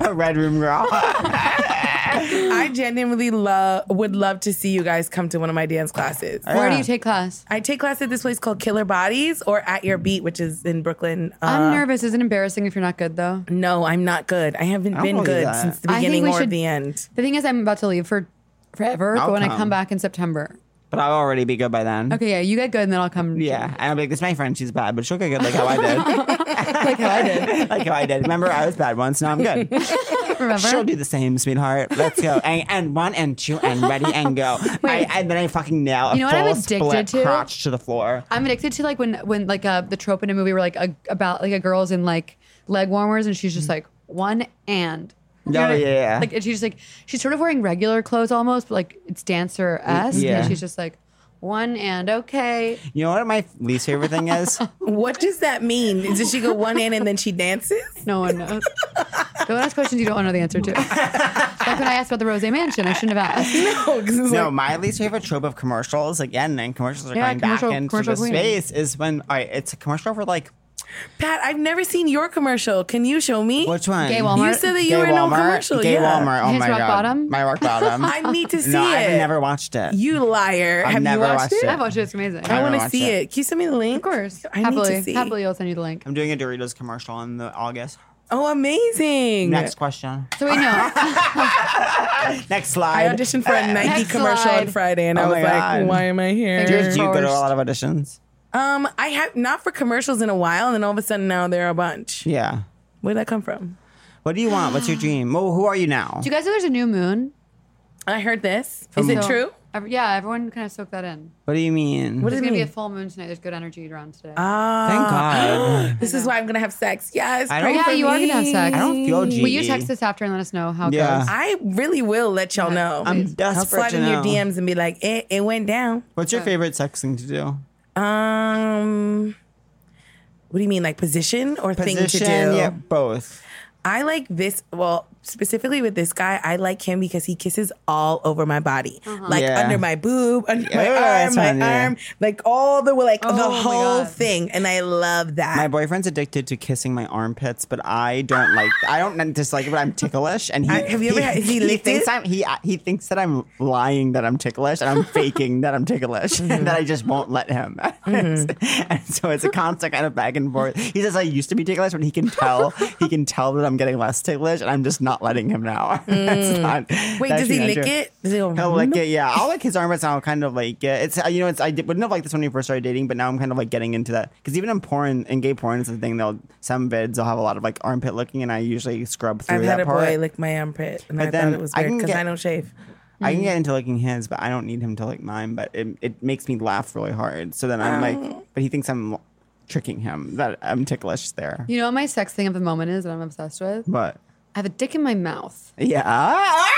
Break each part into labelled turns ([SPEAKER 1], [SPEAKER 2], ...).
[SPEAKER 1] A red room girl.
[SPEAKER 2] I genuinely love would love to see you guys come to one of my dance classes.
[SPEAKER 3] Where do you take class?
[SPEAKER 2] I take class at this place called Killer Bodies or At Your Beat, which is in Brooklyn. Uh,
[SPEAKER 3] I'm nervous. Isn't it embarrassing if you're not good though?
[SPEAKER 2] no, I'm not good. I haven't
[SPEAKER 1] don't
[SPEAKER 2] been
[SPEAKER 1] believe
[SPEAKER 2] good
[SPEAKER 1] that.
[SPEAKER 2] since the
[SPEAKER 3] I think
[SPEAKER 2] beginning
[SPEAKER 3] we
[SPEAKER 2] or
[SPEAKER 3] should-
[SPEAKER 2] the end.
[SPEAKER 3] The thing is, I'm about to leave for forever.
[SPEAKER 1] I'll
[SPEAKER 3] but when I
[SPEAKER 1] come.
[SPEAKER 3] come back in September,
[SPEAKER 1] But I'll already be good by then.
[SPEAKER 3] okay, yeah, you get good, and then I'll come.
[SPEAKER 1] Yeah. And I'll be like, this is my friend. She's bad, but she'll get good like how I did.
[SPEAKER 3] like how I did.
[SPEAKER 1] like how I did. Remember, I was bad once. Now I'm good.
[SPEAKER 3] Remember?
[SPEAKER 1] She'll do the same, sweetheart. Let's go. And, and one and two and ready and go. I, and then I fucking nail a
[SPEAKER 3] You know what
[SPEAKER 1] full
[SPEAKER 3] I'm
[SPEAKER 1] split
[SPEAKER 3] addicted to?
[SPEAKER 1] crotch to the floor.
[SPEAKER 3] I'm addicted to like when when like uh, the trope in a movie where like a, about like a girl's in like leg warmers and she's
[SPEAKER 2] Mm.
[SPEAKER 3] just like one and.
[SPEAKER 1] Oh, yeah.
[SPEAKER 3] Like and she's just like she's sort of wearing regular clothes almost, but like it's dancer esque.
[SPEAKER 1] Yeah.
[SPEAKER 3] And she's just like one and okay.
[SPEAKER 1] You know what my least favorite thing is?
[SPEAKER 2] What does that mean? Does she go one in and then she dances?
[SPEAKER 3] No one knows. don't ask questions you don't know the answer to. like when I asked about the Rose Mansion, I shouldn't have asked.
[SPEAKER 2] No, 'cause it's
[SPEAKER 1] No,
[SPEAKER 2] like-
[SPEAKER 1] my least favorite trope of commercials, again, and commercials are
[SPEAKER 3] Yeah,
[SPEAKER 1] going
[SPEAKER 3] commercial-
[SPEAKER 1] back into
[SPEAKER 3] commercial
[SPEAKER 1] the
[SPEAKER 3] queen.
[SPEAKER 1] space, is when all right, it's a commercial for like
[SPEAKER 2] Pat, I've never seen your commercial. Can you show me?
[SPEAKER 1] which one?
[SPEAKER 3] Gay Walmart.
[SPEAKER 2] You said that you
[SPEAKER 1] Gay
[SPEAKER 2] were in a
[SPEAKER 1] Walmart.
[SPEAKER 2] commercial.
[SPEAKER 1] Gay
[SPEAKER 2] yeah.
[SPEAKER 1] Walmart. Oh
[SPEAKER 3] His
[SPEAKER 1] my
[SPEAKER 3] Rock
[SPEAKER 1] god.
[SPEAKER 3] Bottom?
[SPEAKER 1] My rock bottom.
[SPEAKER 2] I need to see
[SPEAKER 1] no,
[SPEAKER 2] it.
[SPEAKER 1] I've never watched it.
[SPEAKER 2] You liar.
[SPEAKER 1] I've
[SPEAKER 2] Have
[SPEAKER 1] never
[SPEAKER 2] you watched,
[SPEAKER 1] watched
[SPEAKER 2] it?
[SPEAKER 1] it.
[SPEAKER 3] I've watched it. It's amazing.
[SPEAKER 1] I
[SPEAKER 2] I want
[SPEAKER 1] watched
[SPEAKER 2] to see
[SPEAKER 1] it.
[SPEAKER 2] it. Can you send me the link?
[SPEAKER 3] Of course.
[SPEAKER 2] I
[SPEAKER 3] happily,
[SPEAKER 2] need to see.
[SPEAKER 3] happily I'll send you the link.
[SPEAKER 1] I'm doing a Doritos commercial in the August.
[SPEAKER 2] Oh, amazing.
[SPEAKER 1] Next question.
[SPEAKER 3] So we know.
[SPEAKER 1] Next
[SPEAKER 2] I
[SPEAKER 1] slide.
[SPEAKER 2] auditioned for a Nike
[SPEAKER 3] Next
[SPEAKER 2] commercial on
[SPEAKER 3] slide.
[SPEAKER 2] Friday, and
[SPEAKER 1] Oh
[SPEAKER 2] I
[SPEAKER 1] my
[SPEAKER 2] was
[SPEAKER 1] God.
[SPEAKER 2] like, "Why am I
[SPEAKER 1] Did
[SPEAKER 2] here?"
[SPEAKER 1] you go to a
[SPEAKER 3] Forrest.
[SPEAKER 1] lot of auditions?
[SPEAKER 2] Um, I have not for commercials in a while, and then all of a sudden now there are a bunch.
[SPEAKER 1] Yeah.
[SPEAKER 2] Where'd that come from?
[SPEAKER 1] What do you want? What's your dream? Well, who are you now?
[SPEAKER 3] Do you guys know there's a new moon?
[SPEAKER 2] I heard this. Is it
[SPEAKER 3] So-
[SPEAKER 2] true?
[SPEAKER 3] ev- yeah, everyone kind of soak that in.
[SPEAKER 1] What do you mean?
[SPEAKER 2] What
[SPEAKER 3] There's
[SPEAKER 2] does it
[SPEAKER 3] gonna be a
[SPEAKER 2] mean?
[SPEAKER 3] full moon tonight. There's good energy around today.
[SPEAKER 2] Ah,
[SPEAKER 1] Thank God.
[SPEAKER 2] this is why I'm gonna have sex. Yes,
[SPEAKER 1] I
[SPEAKER 2] pray
[SPEAKER 1] don't-
[SPEAKER 3] yeah,
[SPEAKER 2] for
[SPEAKER 3] you are gonna have
[SPEAKER 2] me.
[SPEAKER 3] sex.
[SPEAKER 1] I don't feel G. E.
[SPEAKER 3] Will you text us after and let us know how it
[SPEAKER 1] Yeah.
[SPEAKER 3] goes?
[SPEAKER 2] I really will let y'all know.
[SPEAKER 1] I'm
[SPEAKER 2] I'll
[SPEAKER 1] desperate
[SPEAKER 2] slide
[SPEAKER 1] to
[SPEAKER 2] in your
[SPEAKER 1] know.
[SPEAKER 2] DMs and be like, "It, it went down."
[SPEAKER 1] What's your favorite sex thing to do?
[SPEAKER 2] Um, what do you mean, like position or thing to do?
[SPEAKER 1] yeah, both.
[SPEAKER 2] I like this. Well, specifically with this guy, I like him because he kisses all over my body,
[SPEAKER 3] Uh-huh.
[SPEAKER 2] like
[SPEAKER 1] Yeah.
[SPEAKER 2] under my boob, under my
[SPEAKER 1] Yeah, that's
[SPEAKER 2] arm, my
[SPEAKER 1] fine, yeah.
[SPEAKER 2] arm, like all the like
[SPEAKER 3] Oh,
[SPEAKER 2] the
[SPEAKER 3] my
[SPEAKER 2] whole
[SPEAKER 3] God.
[SPEAKER 2] thing, and I love that.
[SPEAKER 1] My boyfriend's addicted to kissing my armpits, but I don't like. I don't dislike it, but I'm ticklish. And he,
[SPEAKER 2] I- Uh, have you ever had-
[SPEAKER 1] he,
[SPEAKER 2] has he
[SPEAKER 1] he
[SPEAKER 2] licked
[SPEAKER 1] thinks
[SPEAKER 2] it?
[SPEAKER 1] I'm he uh, he thinks that I'm lying that I'm ticklish and I'm faking that I'm ticklish
[SPEAKER 2] Mm-hmm.
[SPEAKER 1] and that I just won't let him. and so it's a constant kind of back and forth. He says I used to be ticklish, but he can tell he can tell that I'm getting less ticklish, and I'm just not letting him now. That's not-
[SPEAKER 2] Mm. Wait,
[SPEAKER 1] that's
[SPEAKER 2] does he
[SPEAKER 1] not
[SPEAKER 2] lick
[SPEAKER 1] true.
[SPEAKER 2] it? Does he go, "Mm-hmm."
[SPEAKER 1] I'll like it, yeah. I'll like his armrests and I'll kind of like it. It's, uh, you know, it's, I did, wouldn't have liked this when we first started dating, but now I'm kind of like getting into that. Cause even in porn, in gay porn, it's a thing they'll, some vids will have a lot of like armpit looking and I usually scrub through
[SPEAKER 2] I've
[SPEAKER 1] that
[SPEAKER 2] had a
[SPEAKER 1] part.
[SPEAKER 2] boy lick my armpit, and
[SPEAKER 1] But
[SPEAKER 2] I
[SPEAKER 1] then
[SPEAKER 2] thought it was
[SPEAKER 1] I
[SPEAKER 2] weird
[SPEAKER 1] can
[SPEAKER 2] because
[SPEAKER 1] get-
[SPEAKER 2] I don't shave.
[SPEAKER 1] I
[SPEAKER 2] Mm.
[SPEAKER 1] can get into licking his, but I don't need him to lick mine, but it, it makes me laugh really hard. So then I'm
[SPEAKER 2] Oh.
[SPEAKER 1] like, but he thinks I'm l- tricking him that I'm ticklish there.
[SPEAKER 3] You know what my sex thing of the moment is that I'm obsessed with?
[SPEAKER 1] But
[SPEAKER 3] I have a dick in my mouth.
[SPEAKER 1] yeah. Ah!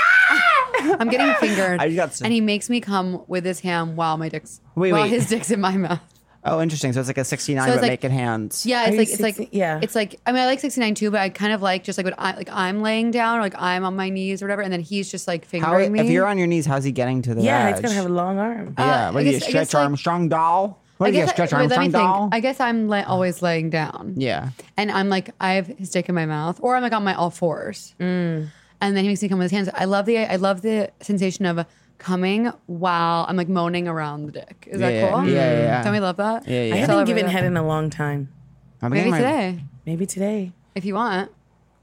[SPEAKER 3] I'm getting fingered.
[SPEAKER 1] I got some-
[SPEAKER 3] and he makes me come with his ham while my dick's
[SPEAKER 1] Wait,
[SPEAKER 3] while
[SPEAKER 1] wait.
[SPEAKER 3] his dick's in my mouth.
[SPEAKER 1] Oh, interesting. So it's like a 69,
[SPEAKER 3] So it's
[SPEAKER 1] but
[SPEAKER 3] like-
[SPEAKER 1] make it hands.
[SPEAKER 3] Yeah, it's
[SPEAKER 2] you
[SPEAKER 3] like it's
[SPEAKER 2] 16?
[SPEAKER 3] like
[SPEAKER 2] Yeah.
[SPEAKER 3] it's like I mean I like sixty nine too, but I kind of like just like when I like I'm laying down or like I'm on my knees or whatever, and then he's just like
[SPEAKER 1] How,
[SPEAKER 3] fingering me.
[SPEAKER 1] if you're on your knees, how's he getting to the
[SPEAKER 2] Yeah,
[SPEAKER 1] edge?
[SPEAKER 2] it's gonna have a long arm.
[SPEAKER 1] yeah,
[SPEAKER 3] Uh,
[SPEAKER 1] what
[SPEAKER 3] I
[SPEAKER 1] do you
[SPEAKER 3] guess- I
[SPEAKER 1] stretch
[SPEAKER 3] guess, like-
[SPEAKER 1] Armstrong doll? What
[SPEAKER 3] I
[SPEAKER 1] do you
[SPEAKER 3] guess
[SPEAKER 1] stretch
[SPEAKER 3] I, wait, let me
[SPEAKER 1] Armstrong
[SPEAKER 3] think.
[SPEAKER 1] doll?
[SPEAKER 3] I guess I'm la- always laying down.
[SPEAKER 1] yeah.
[SPEAKER 3] and I'm like I have his dick in my mouth, or I'm like on my all fours,
[SPEAKER 1] Mm.
[SPEAKER 3] and then he makes me come with his hands. I love the I love the sensation of coming while I'm like moaning around the dick. Is
[SPEAKER 1] Yeah,
[SPEAKER 3] that cool?
[SPEAKER 1] yeah, yeah, yeah.
[SPEAKER 3] Don't we love that?
[SPEAKER 1] Yeah, yeah.
[SPEAKER 2] I
[SPEAKER 1] It's
[SPEAKER 2] haven't
[SPEAKER 3] Celebrate
[SPEAKER 2] given
[SPEAKER 3] that.
[SPEAKER 2] head in a long time.
[SPEAKER 1] I'm
[SPEAKER 3] Maybe
[SPEAKER 1] getting my-
[SPEAKER 3] today,
[SPEAKER 2] Maybe today.
[SPEAKER 3] if you want.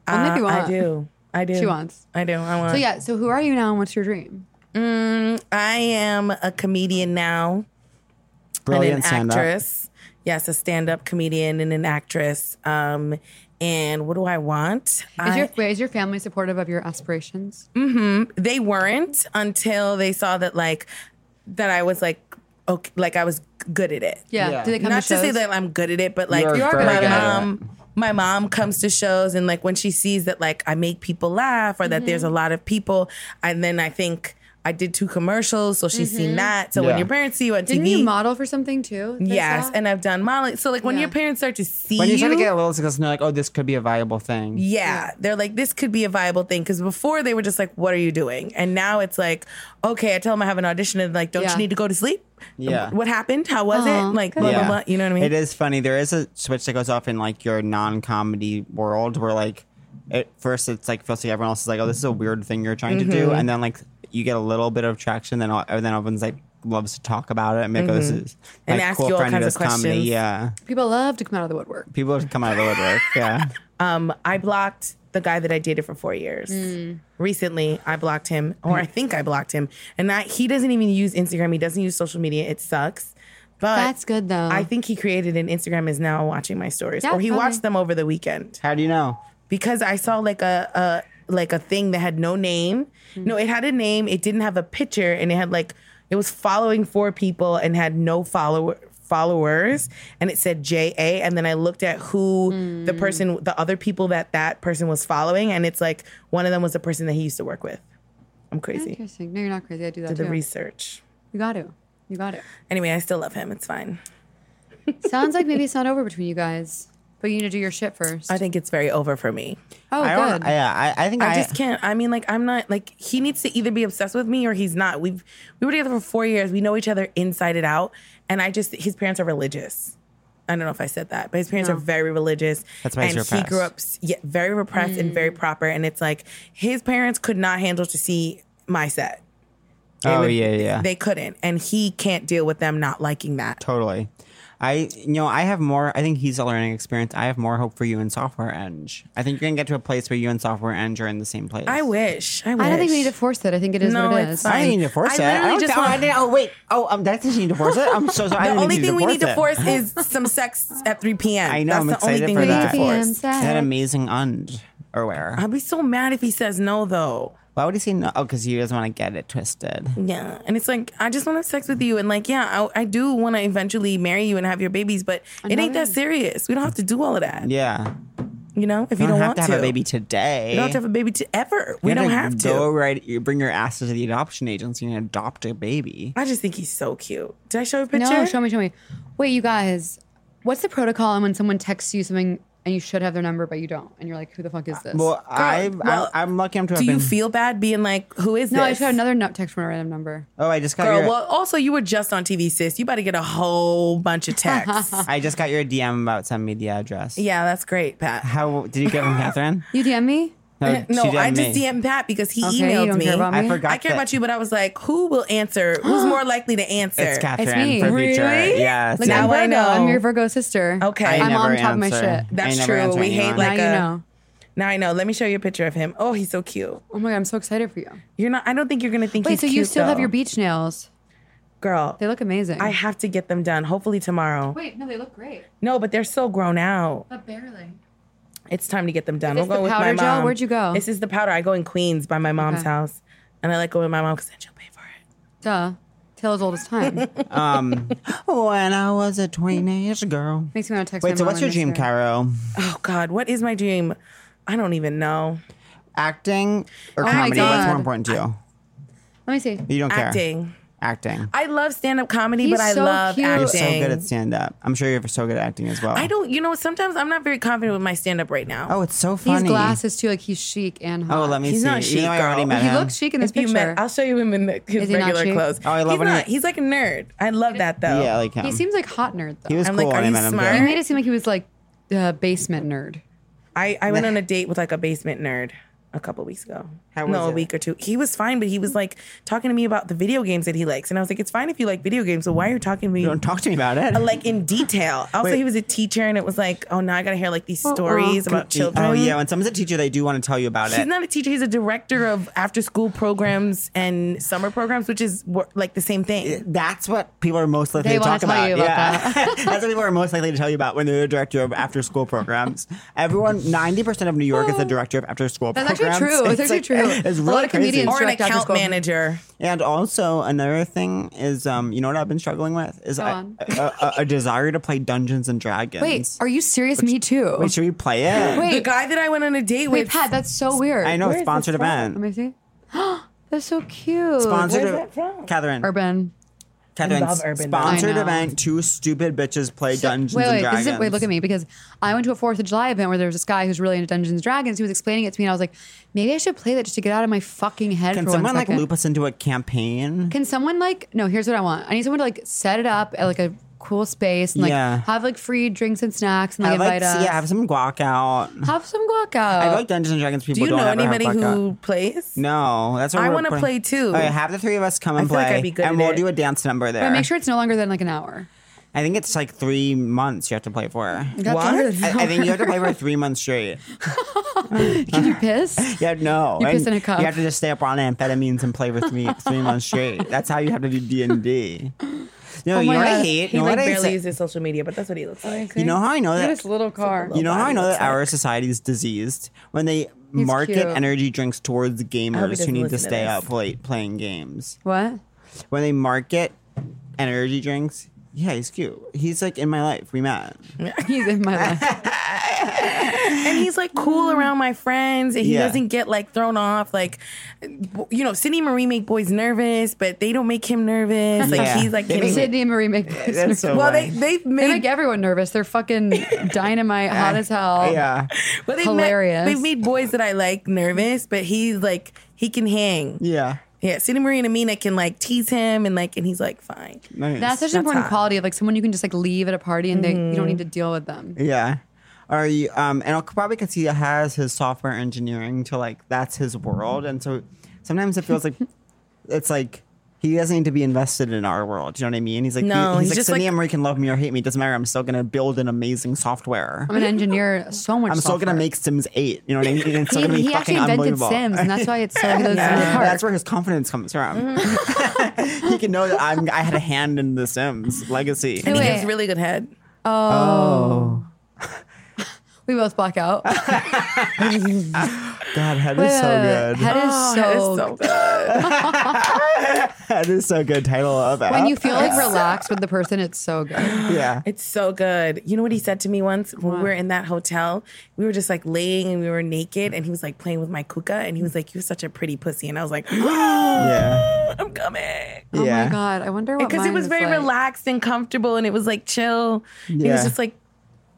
[SPEAKER 3] Only if you
[SPEAKER 2] Uh,
[SPEAKER 3] want.
[SPEAKER 2] I do. I do.
[SPEAKER 3] She wants.
[SPEAKER 2] I do. I want.
[SPEAKER 3] So yeah. So who are you now, and what's your dream?
[SPEAKER 2] I am a comedian now
[SPEAKER 1] Brilliant
[SPEAKER 2] and an
[SPEAKER 1] stand up.
[SPEAKER 2] actress. Yes, a stand-up comedian and an actress. Um, and what do I want?
[SPEAKER 3] Is
[SPEAKER 2] I,
[SPEAKER 3] your wait, is your family supportive of your aspirations?
[SPEAKER 1] Mm.
[SPEAKER 2] they weren't until they saw that like that I was like okay, like I was good at it.
[SPEAKER 3] Yeah.
[SPEAKER 1] Yeah.
[SPEAKER 3] Do they come
[SPEAKER 2] Not
[SPEAKER 3] to
[SPEAKER 2] to
[SPEAKER 3] shows?
[SPEAKER 2] say that I'm good at it, but like
[SPEAKER 1] You're You are
[SPEAKER 3] very
[SPEAKER 2] my
[SPEAKER 3] good at
[SPEAKER 2] mom, my mom comes to shows and like when she sees that like I make people laugh or
[SPEAKER 3] Mm-hmm.
[SPEAKER 2] that there's a lot of people, and then I think I did two commercials, so she's seen that. So
[SPEAKER 1] Yeah.
[SPEAKER 2] when your parents see you on
[SPEAKER 3] Mm-hmm. Didn't
[SPEAKER 2] TV,
[SPEAKER 3] you model for something too? that they
[SPEAKER 2] yes,
[SPEAKER 3] saw?
[SPEAKER 2] and I've done modeling. So like when
[SPEAKER 3] Yeah.
[SPEAKER 2] your parents start to see
[SPEAKER 1] When you start to get a little success, and they're like, oh, this could be a viable thing.
[SPEAKER 2] yeah, they're like, this could be a viable thing. Because before they were just like, what are you doing? And now it's like, okay, I tell them I have an audition and like, don't
[SPEAKER 3] Yeah.
[SPEAKER 2] you need to go to sleep?
[SPEAKER 1] Yeah.
[SPEAKER 2] What happened? How was
[SPEAKER 3] Aw,
[SPEAKER 2] it? Like,
[SPEAKER 3] good.
[SPEAKER 2] blah,
[SPEAKER 1] Yeah.
[SPEAKER 2] blah, blah. You know what I mean?
[SPEAKER 1] It is funny. There is a switch that goes off in like your non comedy world where like at first it's like feels like everyone else is like, oh, this is a weird thing you're trying to do, and then like you get a little bit of traction, then all- and then everyone's like loves to talk about it and make oh, this is
[SPEAKER 2] And
[SPEAKER 1] like,
[SPEAKER 2] ask
[SPEAKER 1] cool
[SPEAKER 2] you all
[SPEAKER 1] friend who
[SPEAKER 2] kinds of
[SPEAKER 1] does comedy.
[SPEAKER 2] questions.
[SPEAKER 1] Yeah,
[SPEAKER 3] people love to come out of the woodwork.
[SPEAKER 1] people come out of the woodwork. Yeah,
[SPEAKER 2] Um, I blocked the guy that I dated for four years.
[SPEAKER 3] Mm.
[SPEAKER 2] Recently, I blocked him, or I
[SPEAKER 1] Mm.
[SPEAKER 2] think I blocked him. And I, he doesn't even use Instagram. He doesn't use social media. It sucks. But
[SPEAKER 3] That's good though.
[SPEAKER 2] I think he created an Instagram is now watching my stories,
[SPEAKER 3] Yeah,
[SPEAKER 2] or he
[SPEAKER 3] probably.
[SPEAKER 2] watched them over the weekend.
[SPEAKER 1] how do you know?
[SPEAKER 2] because I saw like a, a like a thing that had no name. No, it had a name. It didn't have a picture, and it had like it was following four people and had no follower followers, and it said J A. And then I looked at who the person, the other people that that person was following, and it's like one of them was the person that he used to work with. I'm crazy.
[SPEAKER 3] Interesting. No, you're not crazy. I do that
[SPEAKER 2] Did
[SPEAKER 3] too.
[SPEAKER 2] the research.
[SPEAKER 3] you got to. You got to.
[SPEAKER 2] Anyway, I still love him. It's fine.
[SPEAKER 3] Sounds like maybe it's not over between you guys, but you need to do your shit first.
[SPEAKER 2] I think it's very over for me.
[SPEAKER 3] oh,
[SPEAKER 1] I don't.
[SPEAKER 3] good.
[SPEAKER 1] Yeah, I, I think I,
[SPEAKER 2] I just can't. I mean, like, I'm not like he needs to either be obsessed with me or he's not. We've we were together for four years. We know each other inside and out. And I just his parents are religious. I don't know if I said that, but his parents are very religious.
[SPEAKER 1] That's why he's
[SPEAKER 2] and he grew up
[SPEAKER 1] repressed.
[SPEAKER 2] yeah, very repressed and
[SPEAKER 3] Mm.
[SPEAKER 2] very proper. And it's like his parents could not handle to see my set. They
[SPEAKER 1] Oh
[SPEAKER 2] would-
[SPEAKER 1] yeah, yeah.
[SPEAKER 2] They couldn't, and he can't deal with them not liking that.
[SPEAKER 1] Totally. I you know I have more. I think he's a learning experience. I have more hope for you in software eng. I think you're gonna get to a place where you and software eng are in the same place.
[SPEAKER 2] I wish. I wish.
[SPEAKER 3] I don't think we need to force it. I think it is
[SPEAKER 2] No,
[SPEAKER 3] what it
[SPEAKER 2] it's
[SPEAKER 3] is.
[SPEAKER 2] fine.
[SPEAKER 1] I didn't need to force
[SPEAKER 2] I
[SPEAKER 1] it. I
[SPEAKER 2] literally
[SPEAKER 1] don't
[SPEAKER 2] just
[SPEAKER 1] think- oh, I
[SPEAKER 2] want-
[SPEAKER 1] didn't, oh wait. Oh, um, that doesn't need to force it. I'm so sorry. I
[SPEAKER 2] The
[SPEAKER 1] didn't
[SPEAKER 2] only
[SPEAKER 1] need to
[SPEAKER 2] thing we need to
[SPEAKER 1] it.
[SPEAKER 2] force is some sex at 3 p.m.
[SPEAKER 1] I know.
[SPEAKER 2] That's
[SPEAKER 1] I'm
[SPEAKER 2] the
[SPEAKER 1] excited
[SPEAKER 2] only thing
[SPEAKER 1] for
[SPEAKER 2] we
[SPEAKER 1] that.
[SPEAKER 2] need to
[SPEAKER 3] PM
[SPEAKER 2] force.
[SPEAKER 1] That
[SPEAKER 3] sex.
[SPEAKER 1] amazing und or where?
[SPEAKER 2] I'd be so mad if he says no, though.
[SPEAKER 1] Why would he say no? Oh, because he doesn't want to get it twisted.
[SPEAKER 2] Yeah. And it's like, I just want to have sex with you. And like, yeah, I, I do want to eventually marry you and have your babies, but it ain't that serious. We don't have to do all of that.
[SPEAKER 1] Yeah.
[SPEAKER 2] You know, if you,
[SPEAKER 1] You don't,
[SPEAKER 2] don't,
[SPEAKER 1] have
[SPEAKER 2] want
[SPEAKER 1] to have a baby eh? today.
[SPEAKER 2] You don't have to have a baby to ever. We don't have to.
[SPEAKER 1] Go right. You bring your ass to the adoption agency and adopt a baby.
[SPEAKER 2] I just think he's so cute. Did I show you a picture?
[SPEAKER 3] No, show me, show me. Wait, you guys, what's the protocol on when someone texts you something and you should have their number but you don't, and you're like, who the fuck is this?
[SPEAKER 1] Well, I,
[SPEAKER 2] well,
[SPEAKER 1] I, I'm lucky. I'm to have
[SPEAKER 2] Do you
[SPEAKER 1] been-
[SPEAKER 2] feel bad being like, who is
[SPEAKER 3] no,
[SPEAKER 2] this?
[SPEAKER 3] I just got another no- text from a random number.
[SPEAKER 1] Oh, I just got
[SPEAKER 2] Girl,
[SPEAKER 1] your.
[SPEAKER 2] well, also, you were just on TV, sis. You better get a whole bunch of texts.
[SPEAKER 1] I just got your DM about sending me the address.
[SPEAKER 2] yeah, that's great, Pat.
[SPEAKER 1] How did you get from Catherine?
[SPEAKER 3] You DM me?
[SPEAKER 1] No,
[SPEAKER 2] Uh, No,
[SPEAKER 1] she
[SPEAKER 2] I
[SPEAKER 1] DM'd
[SPEAKER 2] just
[SPEAKER 1] me.
[SPEAKER 2] DM'd Pat because he
[SPEAKER 3] Okay, you
[SPEAKER 2] emailed
[SPEAKER 3] don't
[SPEAKER 2] me.
[SPEAKER 3] care about me?
[SPEAKER 1] I forgot.
[SPEAKER 2] I care
[SPEAKER 1] that-
[SPEAKER 2] about you, but I was like, who will answer? Who's more likely to answer?
[SPEAKER 1] It's Catherine
[SPEAKER 3] me.
[SPEAKER 1] for future.
[SPEAKER 2] Really?
[SPEAKER 1] Yeah.
[SPEAKER 3] Like, I'm
[SPEAKER 2] Now I
[SPEAKER 3] Virgo. I'm
[SPEAKER 2] know.
[SPEAKER 3] your Virgo sister.
[SPEAKER 2] Okay. I
[SPEAKER 3] I'm on
[SPEAKER 1] never
[SPEAKER 3] top of my
[SPEAKER 1] answer.
[SPEAKER 3] shit.
[SPEAKER 2] That's
[SPEAKER 1] I never
[SPEAKER 2] true.
[SPEAKER 1] answer
[SPEAKER 2] We hate
[SPEAKER 1] anyone.
[SPEAKER 2] like
[SPEAKER 3] now
[SPEAKER 2] a.
[SPEAKER 3] you know.
[SPEAKER 2] Now I know. Let me show you a picture of him. Oh, he's so cute.
[SPEAKER 3] Oh my god, I'm so excited for you.
[SPEAKER 2] You're not. I don't think you're gonna think.
[SPEAKER 3] Wait,
[SPEAKER 2] he's
[SPEAKER 3] so you
[SPEAKER 2] cute,
[SPEAKER 3] still have
[SPEAKER 2] though.
[SPEAKER 3] your beach nails?
[SPEAKER 2] girl.
[SPEAKER 3] They look amazing.
[SPEAKER 2] I have to get them done. Hopefully tomorrow.
[SPEAKER 3] Wait, no, they look great,
[SPEAKER 2] No, but they're so grown out.
[SPEAKER 3] but barely.
[SPEAKER 2] It's time to get them done.
[SPEAKER 3] Is
[SPEAKER 2] We'll
[SPEAKER 3] this
[SPEAKER 2] go
[SPEAKER 3] the
[SPEAKER 2] with my
[SPEAKER 3] powder gel?
[SPEAKER 2] mom.
[SPEAKER 3] Where'd you go?
[SPEAKER 2] This is the powder. I go in Queens by my mom's
[SPEAKER 3] Okay.
[SPEAKER 2] house, and I like go with my mom because then she'll pay for it.
[SPEAKER 3] Duh. Tale as old as time.
[SPEAKER 1] Um, when I was a teenage girl.
[SPEAKER 3] Makes me want to text. my
[SPEAKER 1] Wait, so
[SPEAKER 3] mom
[SPEAKER 1] what's
[SPEAKER 3] I
[SPEAKER 1] your
[SPEAKER 3] miss
[SPEAKER 1] dream,
[SPEAKER 3] her.
[SPEAKER 1] Cairo?
[SPEAKER 2] Oh God, what is my dream? I don't even know.
[SPEAKER 1] Acting or
[SPEAKER 3] my
[SPEAKER 2] Oh
[SPEAKER 1] comedy? What's
[SPEAKER 3] God.
[SPEAKER 1] more important to you?
[SPEAKER 3] Let me see.
[SPEAKER 1] You don't care.
[SPEAKER 2] Acting.
[SPEAKER 1] acting.
[SPEAKER 2] I love stand up comedy,
[SPEAKER 3] He's
[SPEAKER 2] but I
[SPEAKER 3] so
[SPEAKER 2] love
[SPEAKER 3] cute. You're
[SPEAKER 2] acting.
[SPEAKER 1] You're so good at stand up. I'm sure you're so good at acting as well.
[SPEAKER 2] I don't, you know, sometimes I'm not very confident with my stand up right now.
[SPEAKER 1] Oh, it's so funny.
[SPEAKER 3] These glasses too, like he's chic and hot.
[SPEAKER 1] Oh, let me
[SPEAKER 2] He's
[SPEAKER 1] see.
[SPEAKER 2] not
[SPEAKER 1] you
[SPEAKER 2] chic,
[SPEAKER 1] know, I already
[SPEAKER 2] girl.
[SPEAKER 1] met
[SPEAKER 3] He
[SPEAKER 1] him.
[SPEAKER 3] looks chic in this
[SPEAKER 2] if you
[SPEAKER 3] picture.
[SPEAKER 2] met, I'll show you him in the, his
[SPEAKER 3] Is he not
[SPEAKER 2] regular
[SPEAKER 3] chic?
[SPEAKER 2] clothes.
[SPEAKER 1] Oh, I love
[SPEAKER 2] he's
[SPEAKER 1] when he-
[SPEAKER 2] not, He's like a nerd. I love that though.
[SPEAKER 1] yeah, I like him.
[SPEAKER 3] he seems like hot nerd though.
[SPEAKER 1] He was
[SPEAKER 2] I'm
[SPEAKER 1] cool
[SPEAKER 2] like,
[SPEAKER 1] when
[SPEAKER 2] are
[SPEAKER 1] I
[SPEAKER 2] you
[SPEAKER 1] met him.
[SPEAKER 2] smart?
[SPEAKER 3] you
[SPEAKER 1] Too.
[SPEAKER 3] made it seem like he was like uh, basement nerd.
[SPEAKER 2] I, I went on a date with like a basement nerd a couple weeks ago.
[SPEAKER 1] How
[SPEAKER 2] no,
[SPEAKER 1] was
[SPEAKER 2] a
[SPEAKER 1] it?
[SPEAKER 2] week or two. He was fine, but he was like talking to me about the video games that he likes, and I was like, "It's fine if you like video games, so why are you talking to me?"
[SPEAKER 1] Don't talk to me about it.
[SPEAKER 2] uh, like in detail. Also,
[SPEAKER 1] Wait.
[SPEAKER 2] he was a teacher, and it was like, oh, now I gotta hear like these stories about children.
[SPEAKER 1] Oh yeah, when someone's a teacher, they do want to tell you about
[SPEAKER 2] He's
[SPEAKER 1] it.
[SPEAKER 2] not a teacher. He's a director of after-school programs and summer programs, which is wor- like the same thing.
[SPEAKER 1] That's what people are most likely
[SPEAKER 3] They
[SPEAKER 1] to
[SPEAKER 3] wanna
[SPEAKER 1] talk
[SPEAKER 3] tell
[SPEAKER 1] about.
[SPEAKER 3] you about
[SPEAKER 1] yeah, that's what people are most likely to tell you about when they're the director of after-school programs. Everyone, ninety percent of New York is the director of after-school
[SPEAKER 3] Oh. That's actually
[SPEAKER 1] programs.
[SPEAKER 3] true. That's actually
[SPEAKER 1] like-
[SPEAKER 3] true.
[SPEAKER 1] It's
[SPEAKER 3] A
[SPEAKER 1] really
[SPEAKER 3] lot of
[SPEAKER 1] crazy.
[SPEAKER 3] comedians
[SPEAKER 2] Or an
[SPEAKER 3] direct after
[SPEAKER 2] account
[SPEAKER 3] school.
[SPEAKER 2] manager.
[SPEAKER 1] And also another thing is, um, you know what I've been struggling with is a,
[SPEAKER 3] on.
[SPEAKER 1] a, a, a desire to play Dungeons and Dragons.
[SPEAKER 3] Wait, are you serious? me too.
[SPEAKER 1] Wait, should we play it?
[SPEAKER 2] The
[SPEAKER 3] wait,
[SPEAKER 2] guy that I went on a date
[SPEAKER 3] wait,
[SPEAKER 2] with.
[SPEAKER 3] Pat, that's so weird.
[SPEAKER 1] I know
[SPEAKER 2] Where
[SPEAKER 1] it's
[SPEAKER 2] is
[SPEAKER 1] sponsored
[SPEAKER 2] this from?
[SPEAKER 1] event.
[SPEAKER 3] Let me see. that's so cute.
[SPEAKER 1] Sponsored e
[SPEAKER 2] Where's that from?
[SPEAKER 1] Catherine.
[SPEAKER 3] Urban.
[SPEAKER 1] Catherine.
[SPEAKER 2] love Urban Dog.
[SPEAKER 1] Sponsored
[SPEAKER 3] I know.
[SPEAKER 1] event. Two stupid bitches play Dungeons
[SPEAKER 3] wait,
[SPEAKER 1] and
[SPEAKER 3] wait,
[SPEAKER 1] Dragons.
[SPEAKER 3] this is, wait, look at me because I went to a Fourth of July event where there was this guy who's really into Dungeons and Dragons. He was explaining it to me, and I was like, maybe I should play that just to get out of my fucking head.
[SPEAKER 1] Can
[SPEAKER 3] for
[SPEAKER 1] someone
[SPEAKER 3] one
[SPEAKER 1] like
[SPEAKER 3] second.
[SPEAKER 1] loop us into a campaign?
[SPEAKER 3] Can someone like no? Here's what I want. I need someone to like set it up at like a cool space and like
[SPEAKER 1] Yeah.
[SPEAKER 3] have like free drinks and snacks and like
[SPEAKER 1] Have,
[SPEAKER 3] invite
[SPEAKER 1] like,
[SPEAKER 3] us. Oh.
[SPEAKER 1] yeah, have some guac out.
[SPEAKER 3] Have some guac
[SPEAKER 1] I
[SPEAKER 3] out.
[SPEAKER 1] feel like Dungeons and Dragons people
[SPEAKER 2] Do you
[SPEAKER 1] not
[SPEAKER 2] know
[SPEAKER 1] ever have
[SPEAKER 2] anybody
[SPEAKER 1] guac out.
[SPEAKER 2] who plays?
[SPEAKER 1] No, that's what
[SPEAKER 2] I
[SPEAKER 1] we're
[SPEAKER 2] wanna
[SPEAKER 1] putting-
[SPEAKER 2] play too.
[SPEAKER 1] Okay, have the three of us come and
[SPEAKER 2] feel
[SPEAKER 1] play,
[SPEAKER 2] like I'd be good
[SPEAKER 1] and
[SPEAKER 2] at
[SPEAKER 1] we'll
[SPEAKER 2] it.
[SPEAKER 1] do a dance number there.
[SPEAKER 3] But make sure it's no longer than like an hour.
[SPEAKER 1] I think it's like three months you have to play for. I,
[SPEAKER 3] That's
[SPEAKER 2] What?
[SPEAKER 3] longer than an
[SPEAKER 1] I think you have to
[SPEAKER 3] hour.
[SPEAKER 1] play for three months straight.
[SPEAKER 3] Can you piss?
[SPEAKER 1] Yeah, no.
[SPEAKER 3] You
[SPEAKER 1] and
[SPEAKER 3] piss in a cup.
[SPEAKER 1] You have to just stay up on amphetamines and play for three three months straight. That's how you have to do D and D. No, you
[SPEAKER 3] Oh my
[SPEAKER 1] know what I
[SPEAKER 3] God.
[SPEAKER 1] hate.
[SPEAKER 2] He
[SPEAKER 1] You know, what
[SPEAKER 2] like
[SPEAKER 1] I
[SPEAKER 2] barely
[SPEAKER 1] say- Oh,
[SPEAKER 2] uses social media, but that's what he looks like.
[SPEAKER 1] you know how I know
[SPEAKER 3] Look at
[SPEAKER 1] that?
[SPEAKER 3] this little car.
[SPEAKER 1] You know how I know that
[SPEAKER 2] body
[SPEAKER 1] our society is diseased when they
[SPEAKER 3] He's
[SPEAKER 1] market
[SPEAKER 3] cute.
[SPEAKER 1] energy drinks towards gamers who
[SPEAKER 2] doesn't
[SPEAKER 1] need to
[SPEAKER 2] listen to
[SPEAKER 1] stay
[SPEAKER 2] this.
[SPEAKER 1] up late playing games.
[SPEAKER 3] What?
[SPEAKER 1] When they market energy drinks, yeah, he's cute. He's like in my life. We met.
[SPEAKER 3] He's in my life.
[SPEAKER 2] And he's like cool around my friends, and he
[SPEAKER 1] Yeah.
[SPEAKER 2] doesn't get like thrown off. Like, you know, Sidney Marie make boys nervous, but they don't make him nervous. Like
[SPEAKER 1] Yeah.
[SPEAKER 2] he's like,
[SPEAKER 1] They
[SPEAKER 2] can-
[SPEAKER 1] make-
[SPEAKER 3] Sydney and Marie make boys nervous.
[SPEAKER 1] so
[SPEAKER 2] well, they
[SPEAKER 1] funny.
[SPEAKER 2] they
[SPEAKER 3] They
[SPEAKER 2] made
[SPEAKER 3] make everyone nervous. They're fucking dynamite, hot as
[SPEAKER 2] Oh.
[SPEAKER 3] hell.
[SPEAKER 1] yeah.
[SPEAKER 2] well, they
[SPEAKER 3] hilarious.
[SPEAKER 2] Made, they've made boys that I like nervous, but he's like he can hang.
[SPEAKER 1] Yeah.
[SPEAKER 2] Yeah, Sidney Marie and Amina can like tease him, and like, and he's like fine.
[SPEAKER 1] Nice.
[SPEAKER 3] That's such an
[SPEAKER 2] That's
[SPEAKER 3] important
[SPEAKER 2] hot.
[SPEAKER 3] quality of like someone you can just like leave at a party and they you don't need to deal with them.
[SPEAKER 1] Mm-hmm. Yeah. Are you um and I'll probably because he has his software engineering to like that's his world and so sometimes it feels like it's like he doesn't need to be invested in our world. Do you know what I mean? He's like
[SPEAKER 2] No,
[SPEAKER 1] he- he's,
[SPEAKER 2] he's
[SPEAKER 1] like
[SPEAKER 2] just
[SPEAKER 1] Sydney
[SPEAKER 2] like-
[SPEAKER 1] and Marie can love me or hate me. Doesn't matter. I'm still gonna build an amazing software.
[SPEAKER 3] I'm an engineer, so much.
[SPEAKER 1] I'm still
[SPEAKER 3] software.
[SPEAKER 1] gonna make Sims eight. You know what I mean? And it's still
[SPEAKER 3] He,
[SPEAKER 1] gonna be
[SPEAKER 3] he
[SPEAKER 1] fucking
[SPEAKER 3] actually invented
[SPEAKER 1] unbelievable.
[SPEAKER 3] Sims, and that's why it's so. he lives in the
[SPEAKER 2] Yeah.
[SPEAKER 3] park.
[SPEAKER 1] That's where his confidence comes from.
[SPEAKER 3] Mm-hmm.
[SPEAKER 1] he can know that I'm I had a hand in the Sims legacy.
[SPEAKER 2] And
[SPEAKER 3] Do
[SPEAKER 2] he
[SPEAKER 3] it.
[SPEAKER 2] gives really good head.
[SPEAKER 1] Oh
[SPEAKER 3] We both black out.
[SPEAKER 1] God, head is so good.
[SPEAKER 3] Head Oh, is
[SPEAKER 2] that
[SPEAKER 3] so.
[SPEAKER 2] Oh, so good.
[SPEAKER 1] Head is so good. Title of
[SPEAKER 3] When
[SPEAKER 1] app.
[SPEAKER 3] you feel like relaxed with the person, it's so good.
[SPEAKER 1] yeah.
[SPEAKER 2] It's so good. You know what he said to me once when we were in that hotel? We were just like laying and we were naked, and he was like playing with my kuka, and he was like, "You're such a pretty pussy," and I was like,
[SPEAKER 1] Yeah.
[SPEAKER 2] "I'm coming."
[SPEAKER 3] Oh
[SPEAKER 1] yeah.
[SPEAKER 3] my god! I wonder what
[SPEAKER 2] Because it
[SPEAKER 3] mine
[SPEAKER 2] was
[SPEAKER 3] is
[SPEAKER 2] very
[SPEAKER 3] like.
[SPEAKER 2] relaxed and comfortable, and it was like chill. He
[SPEAKER 1] Yeah.
[SPEAKER 2] was just like,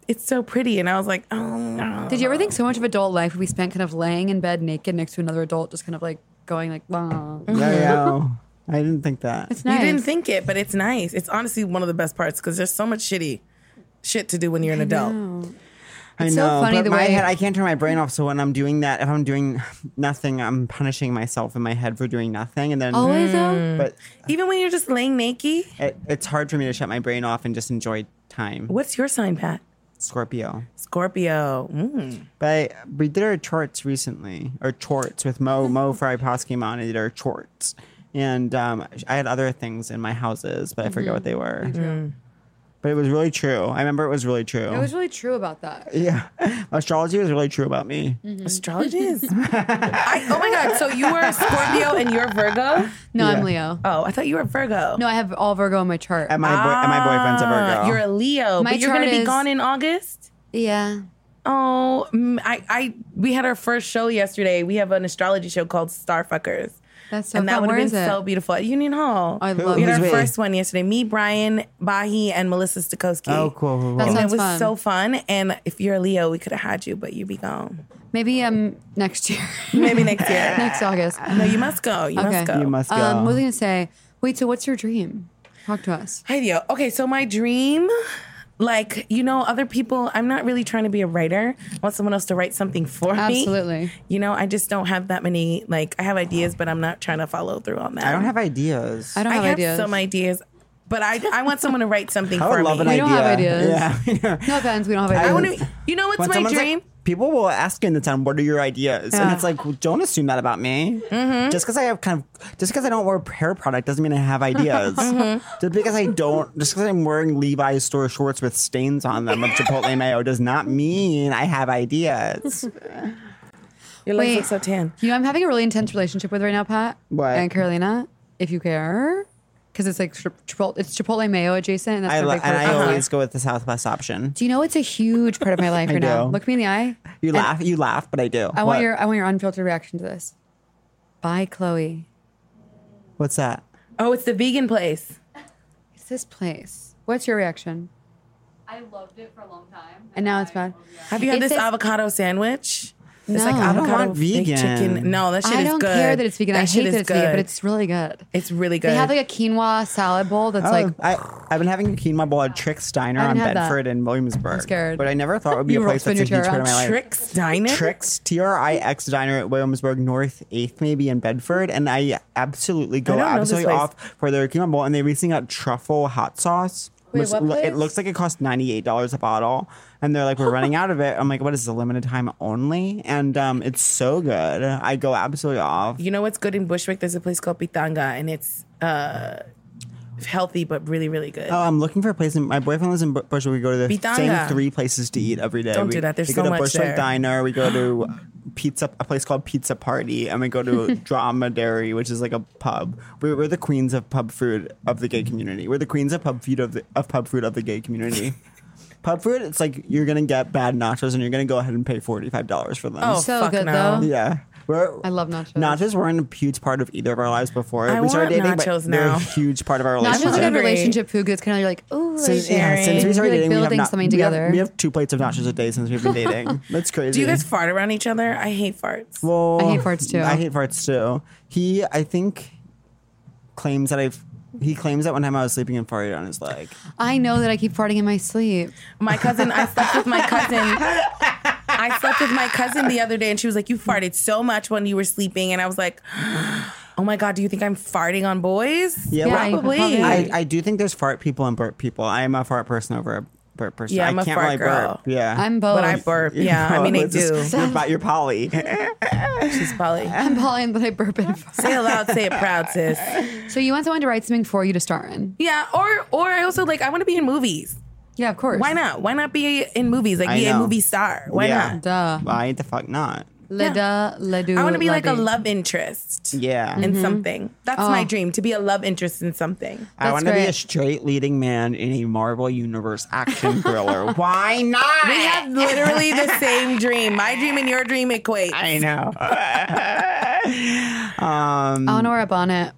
[SPEAKER 2] "It's so pretty," and I was like, "Oh." no."
[SPEAKER 3] Did you ever think so much of adult life we spent kind of laying in bed naked next to another adult, just kind of like going like, "Wow."
[SPEAKER 1] Yeah, yeah. I didn't think that.
[SPEAKER 3] it's nice.
[SPEAKER 2] You didn't think it, but it's nice. It's honestly one of the best parts because there's so much shitty shit to do when you're an adult.
[SPEAKER 3] Oh.
[SPEAKER 1] I
[SPEAKER 3] so funny
[SPEAKER 1] but
[SPEAKER 3] the
[SPEAKER 1] my
[SPEAKER 3] way-
[SPEAKER 1] head, I can't turn my brain off. So when I'm doing that, if I'm doing nothing, I'm punishing myself in my head for doing nothing, and then.
[SPEAKER 3] Always though.
[SPEAKER 1] But
[SPEAKER 2] Even when you're just laying naked.
[SPEAKER 1] it, it's hard for me to shut my brain off and just enjoy time.
[SPEAKER 2] What's your sign, Pat?
[SPEAKER 1] Scorpio.
[SPEAKER 2] Scorpio. Mm.
[SPEAKER 1] But I, we did our charts recently, or charts with Mo Mo Fry Poskimon. I did our charts, and um, I had other things in my houses, but I
[SPEAKER 3] Mm-hmm.
[SPEAKER 1] forget what they were. But it was really true. I remember it was really true.
[SPEAKER 3] It was really true about that.
[SPEAKER 1] yeah, astrology was really true about me.
[SPEAKER 3] Mm-hmm.
[SPEAKER 2] Astrology is. I, oh my God. So you were Scorpio and you're Virgo?
[SPEAKER 3] No,
[SPEAKER 1] Yeah.
[SPEAKER 3] I'm Leo.
[SPEAKER 2] Oh, I thought you were Virgo. Ah,
[SPEAKER 3] No, I have all Virgo on my chart.
[SPEAKER 1] And my boy, and my boyfriend's a
[SPEAKER 3] Ah,
[SPEAKER 1] Virgo.
[SPEAKER 2] You're a Leo,
[SPEAKER 3] My
[SPEAKER 2] but you're going
[SPEAKER 3] chart
[SPEAKER 2] to be
[SPEAKER 3] is-
[SPEAKER 2] gone in August?
[SPEAKER 3] yeah.
[SPEAKER 2] Oh, mm, I, I, we had our first show yesterday. We have an astrology show called Starfuckers.
[SPEAKER 3] That's so
[SPEAKER 2] and that
[SPEAKER 3] fun.
[SPEAKER 2] would
[SPEAKER 3] Where
[SPEAKER 2] have
[SPEAKER 3] is
[SPEAKER 2] been
[SPEAKER 3] it?
[SPEAKER 2] so beautiful at Union Hall.
[SPEAKER 3] I love
[SPEAKER 2] we had
[SPEAKER 1] it.
[SPEAKER 2] our
[SPEAKER 1] Who's we?
[SPEAKER 2] first one yesterday. Me, Brian Bahi, and Melissa Stokowski.
[SPEAKER 1] Oh, cool. cool, cool.
[SPEAKER 3] That
[SPEAKER 2] And it
[SPEAKER 3] Sounds
[SPEAKER 2] was
[SPEAKER 3] fun.
[SPEAKER 2] so fun. And if you're a Leo, we could have had you, but you be gone.
[SPEAKER 3] Maybe um next year,
[SPEAKER 2] Maybe next year.
[SPEAKER 3] next August.
[SPEAKER 2] No, you must go. You
[SPEAKER 3] Okay.
[SPEAKER 2] must go.
[SPEAKER 1] You must go.
[SPEAKER 3] Um, what was I gonna say? Wait, so what's your dream? Talk to us.
[SPEAKER 2] Hi, Leo. Okay, so my dream, like, you know, other people, I'm not really trying to be a writer. I want someone else to write something for me.
[SPEAKER 3] Absolutely.
[SPEAKER 2] You know, I just don't have that many, like, I have ideas, but I'm not trying to follow through on that.
[SPEAKER 1] I don't have ideas.
[SPEAKER 3] I don't have,
[SPEAKER 2] I have
[SPEAKER 3] ideas.
[SPEAKER 2] some ideas, but I, I want someone to write something
[SPEAKER 1] I
[SPEAKER 2] for
[SPEAKER 1] would love
[SPEAKER 2] me.
[SPEAKER 1] an
[SPEAKER 3] We
[SPEAKER 1] idea.
[SPEAKER 3] don't have ideas.
[SPEAKER 1] Yeah.
[SPEAKER 3] no offense, we don't have
[SPEAKER 2] I
[SPEAKER 3] ideas.
[SPEAKER 2] want to, you know what's
[SPEAKER 1] When
[SPEAKER 2] my
[SPEAKER 1] someone's like-
[SPEAKER 2] dream?
[SPEAKER 1] people will ask you in the town, "What are your ideas?" And
[SPEAKER 3] Yeah. Mm-hmm.
[SPEAKER 1] it's like, well, don't assume that about me. Just because I have kind of, just because I don't wear hair product doesn't mean I have ideas.
[SPEAKER 3] Mm-hmm.
[SPEAKER 1] Just because I don't, just because I'm wearing Levi's store shorts with stains on them of Chipotle mayo does not mean I have ideas.
[SPEAKER 2] Your legs
[SPEAKER 3] Wait.
[SPEAKER 2] look so tan.
[SPEAKER 3] You know, I'm having a really intense relationship with right now, Pat
[SPEAKER 1] What?
[SPEAKER 3] and Carolina. If you care, because it's like tri- Chipotle, it's Chipotle mayo adjacent, and that's
[SPEAKER 1] I lo-
[SPEAKER 3] perfect
[SPEAKER 1] and
[SPEAKER 3] for
[SPEAKER 1] I
[SPEAKER 3] Uh-huh.
[SPEAKER 1] always go with the Southwest option.
[SPEAKER 3] Do you know it's a huge part of my life
[SPEAKER 1] I
[SPEAKER 3] right now?
[SPEAKER 1] do.
[SPEAKER 3] Look me in the eye.
[SPEAKER 1] You
[SPEAKER 3] And
[SPEAKER 1] laugh, you laugh, but I do.
[SPEAKER 3] I
[SPEAKER 1] What?
[SPEAKER 3] want your I want your unfiltered reaction to this. Bye, Chloe.
[SPEAKER 1] What's that?
[SPEAKER 2] Oh, it's the vegan place.
[SPEAKER 3] It's this place. What's your reaction?
[SPEAKER 4] I loved it for a long time.
[SPEAKER 3] And now it's bad.
[SPEAKER 2] Have you had
[SPEAKER 3] It
[SPEAKER 2] this
[SPEAKER 3] says-
[SPEAKER 2] avocado sandwich? It's like
[SPEAKER 3] No. I don't
[SPEAKER 2] avocado
[SPEAKER 1] want
[SPEAKER 2] baked
[SPEAKER 1] vegan.
[SPEAKER 2] chicken. No, that shit
[SPEAKER 3] I
[SPEAKER 2] is
[SPEAKER 3] don't
[SPEAKER 2] good.
[SPEAKER 3] care that it's vegan. I
[SPEAKER 2] shit
[SPEAKER 3] hate
[SPEAKER 2] is
[SPEAKER 3] that it's vegan, but it's really good.
[SPEAKER 2] it's really good.
[SPEAKER 3] They have like a quinoa salad bowl that's
[SPEAKER 1] Oh,
[SPEAKER 3] like
[SPEAKER 1] I, I've been having a quinoa bowl at Trick's Diner
[SPEAKER 3] I
[SPEAKER 1] on
[SPEAKER 3] haven't had that.
[SPEAKER 1] Bedford and Williamsburg.
[SPEAKER 3] scared.
[SPEAKER 1] But I never thought it would be
[SPEAKER 3] You
[SPEAKER 1] a
[SPEAKER 3] roll-
[SPEAKER 1] place
[SPEAKER 3] spin
[SPEAKER 1] that's a
[SPEAKER 3] your
[SPEAKER 1] huge
[SPEAKER 3] chair
[SPEAKER 1] part of my
[SPEAKER 3] around.
[SPEAKER 1] life.
[SPEAKER 2] Trix Diner.
[SPEAKER 1] Tricks, T R I X Diner at Williamsburg North 8th, maybe in Bedford. And I absolutely go
[SPEAKER 2] I don't know this
[SPEAKER 1] absolutely
[SPEAKER 2] place.
[SPEAKER 1] off for their quinoa bowl. And they recently got truffle hot sauce.
[SPEAKER 3] Wait,
[SPEAKER 1] Looks-
[SPEAKER 3] what
[SPEAKER 1] lo-
[SPEAKER 3] place?
[SPEAKER 1] it looks like it costs $98 a bottle. And they're like, we're running out of it. I'm like, what is the limited time only? And um, it's so good. I go absolutely off.
[SPEAKER 2] You know what's good in Bushwick? There's a place called Pitanga, and it's uh, healthy but really, really good.
[SPEAKER 1] Oh, I'm looking for a place. In, my boyfriend lives in Bu- Bushwick. We go to the
[SPEAKER 2] Pitanga.
[SPEAKER 1] same three places to eat every day.
[SPEAKER 2] Don't
[SPEAKER 1] we,
[SPEAKER 2] do that. There's
[SPEAKER 1] we
[SPEAKER 2] so
[SPEAKER 1] go to
[SPEAKER 2] much
[SPEAKER 1] Bushwick
[SPEAKER 2] there.
[SPEAKER 1] Diner. We go to pizza, a place called Pizza Party, and we go to Dromedary, which is like a pub. We're, we're the queens of pub food of the gay community. We're the queens of pub food of the, of pub food of the gay community. pub food, it's like you're gonna get bad nachos, and you're gonna go ahead and pay forty five dollars for them.
[SPEAKER 2] Oh,
[SPEAKER 3] so
[SPEAKER 2] fuck
[SPEAKER 3] good
[SPEAKER 2] no.
[SPEAKER 3] though.
[SPEAKER 1] Yeah. We're,
[SPEAKER 3] I love nachos.
[SPEAKER 1] Nachos weren't a huge part of either of our lives before
[SPEAKER 2] I
[SPEAKER 1] we started dating,
[SPEAKER 2] want
[SPEAKER 1] but
[SPEAKER 2] nachos
[SPEAKER 1] they're
[SPEAKER 2] now.
[SPEAKER 1] a huge part of our
[SPEAKER 3] Nachos
[SPEAKER 1] relationship.
[SPEAKER 3] is a good
[SPEAKER 2] Hungry.
[SPEAKER 3] relationship food because it's kind of like, oh,
[SPEAKER 1] Since, yeah,
[SPEAKER 2] sharing.
[SPEAKER 1] since we started
[SPEAKER 3] Like
[SPEAKER 1] dating, we have
[SPEAKER 3] building
[SPEAKER 1] not,
[SPEAKER 3] something
[SPEAKER 1] we have-
[SPEAKER 3] together.
[SPEAKER 1] We have, two plates of nachos a day since we've been dating. That's crazy.
[SPEAKER 2] Do you guys fart around each other? I hate farts.
[SPEAKER 1] Well,
[SPEAKER 3] I hate farts, too.
[SPEAKER 1] I hate farts too. He, I think, claims that I've. He claims that one time I was sleeping and farted on his leg.
[SPEAKER 3] I know that I keep farting in my sleep.
[SPEAKER 2] My cousin, I slept with my cousin. I slept with my cousin the other day, and she was like, "You farted so much when you were sleeping," and I was like, "Oh my god, do you think I'm farting on boys?"
[SPEAKER 1] Yeah,
[SPEAKER 3] Yeah,
[SPEAKER 1] well,
[SPEAKER 3] probably.
[SPEAKER 1] I, I do think there's fart people and burp people. I am a fart person over a burp person.
[SPEAKER 2] Yeah, I'm
[SPEAKER 1] I
[SPEAKER 2] a
[SPEAKER 1] can't
[SPEAKER 2] fart
[SPEAKER 1] really
[SPEAKER 2] girl.
[SPEAKER 1] burp. Yeah,
[SPEAKER 3] I'm both.
[SPEAKER 2] But I burp. Yeah, I mean, I
[SPEAKER 1] It's just-
[SPEAKER 2] do.
[SPEAKER 1] You're, bi- you're poly.
[SPEAKER 2] She's probably
[SPEAKER 3] I'm Polly, and then I burp and fart.
[SPEAKER 2] say it loud, say it proud, sis.
[SPEAKER 3] So you want someone to write something for you to star in?
[SPEAKER 2] Yeah, or or I also like I want to be in movies.
[SPEAKER 3] Yeah, of course.
[SPEAKER 2] Why not? Why not be in movies? Like
[SPEAKER 1] I
[SPEAKER 2] be a
[SPEAKER 1] know.
[SPEAKER 2] movie star. Why
[SPEAKER 1] Yeah.
[SPEAKER 2] not?
[SPEAKER 3] Duh.
[SPEAKER 1] Why the fuck not?
[SPEAKER 3] Le da, le do.
[SPEAKER 2] I want to be like a
[SPEAKER 3] le di.
[SPEAKER 2] love Mm-hmm. interest
[SPEAKER 1] Yeah.
[SPEAKER 2] in something. That's my
[SPEAKER 3] Oh.
[SPEAKER 2] dream to be a love interest in something.
[SPEAKER 1] I
[SPEAKER 3] That's
[SPEAKER 1] want to be a
[SPEAKER 3] great.
[SPEAKER 1] straight leading man in a Marvel Universe action thriller. Why not?
[SPEAKER 2] We have literally the same dream. My dream and your dream equate.
[SPEAKER 1] I know.
[SPEAKER 3] I want to wear a bonnet.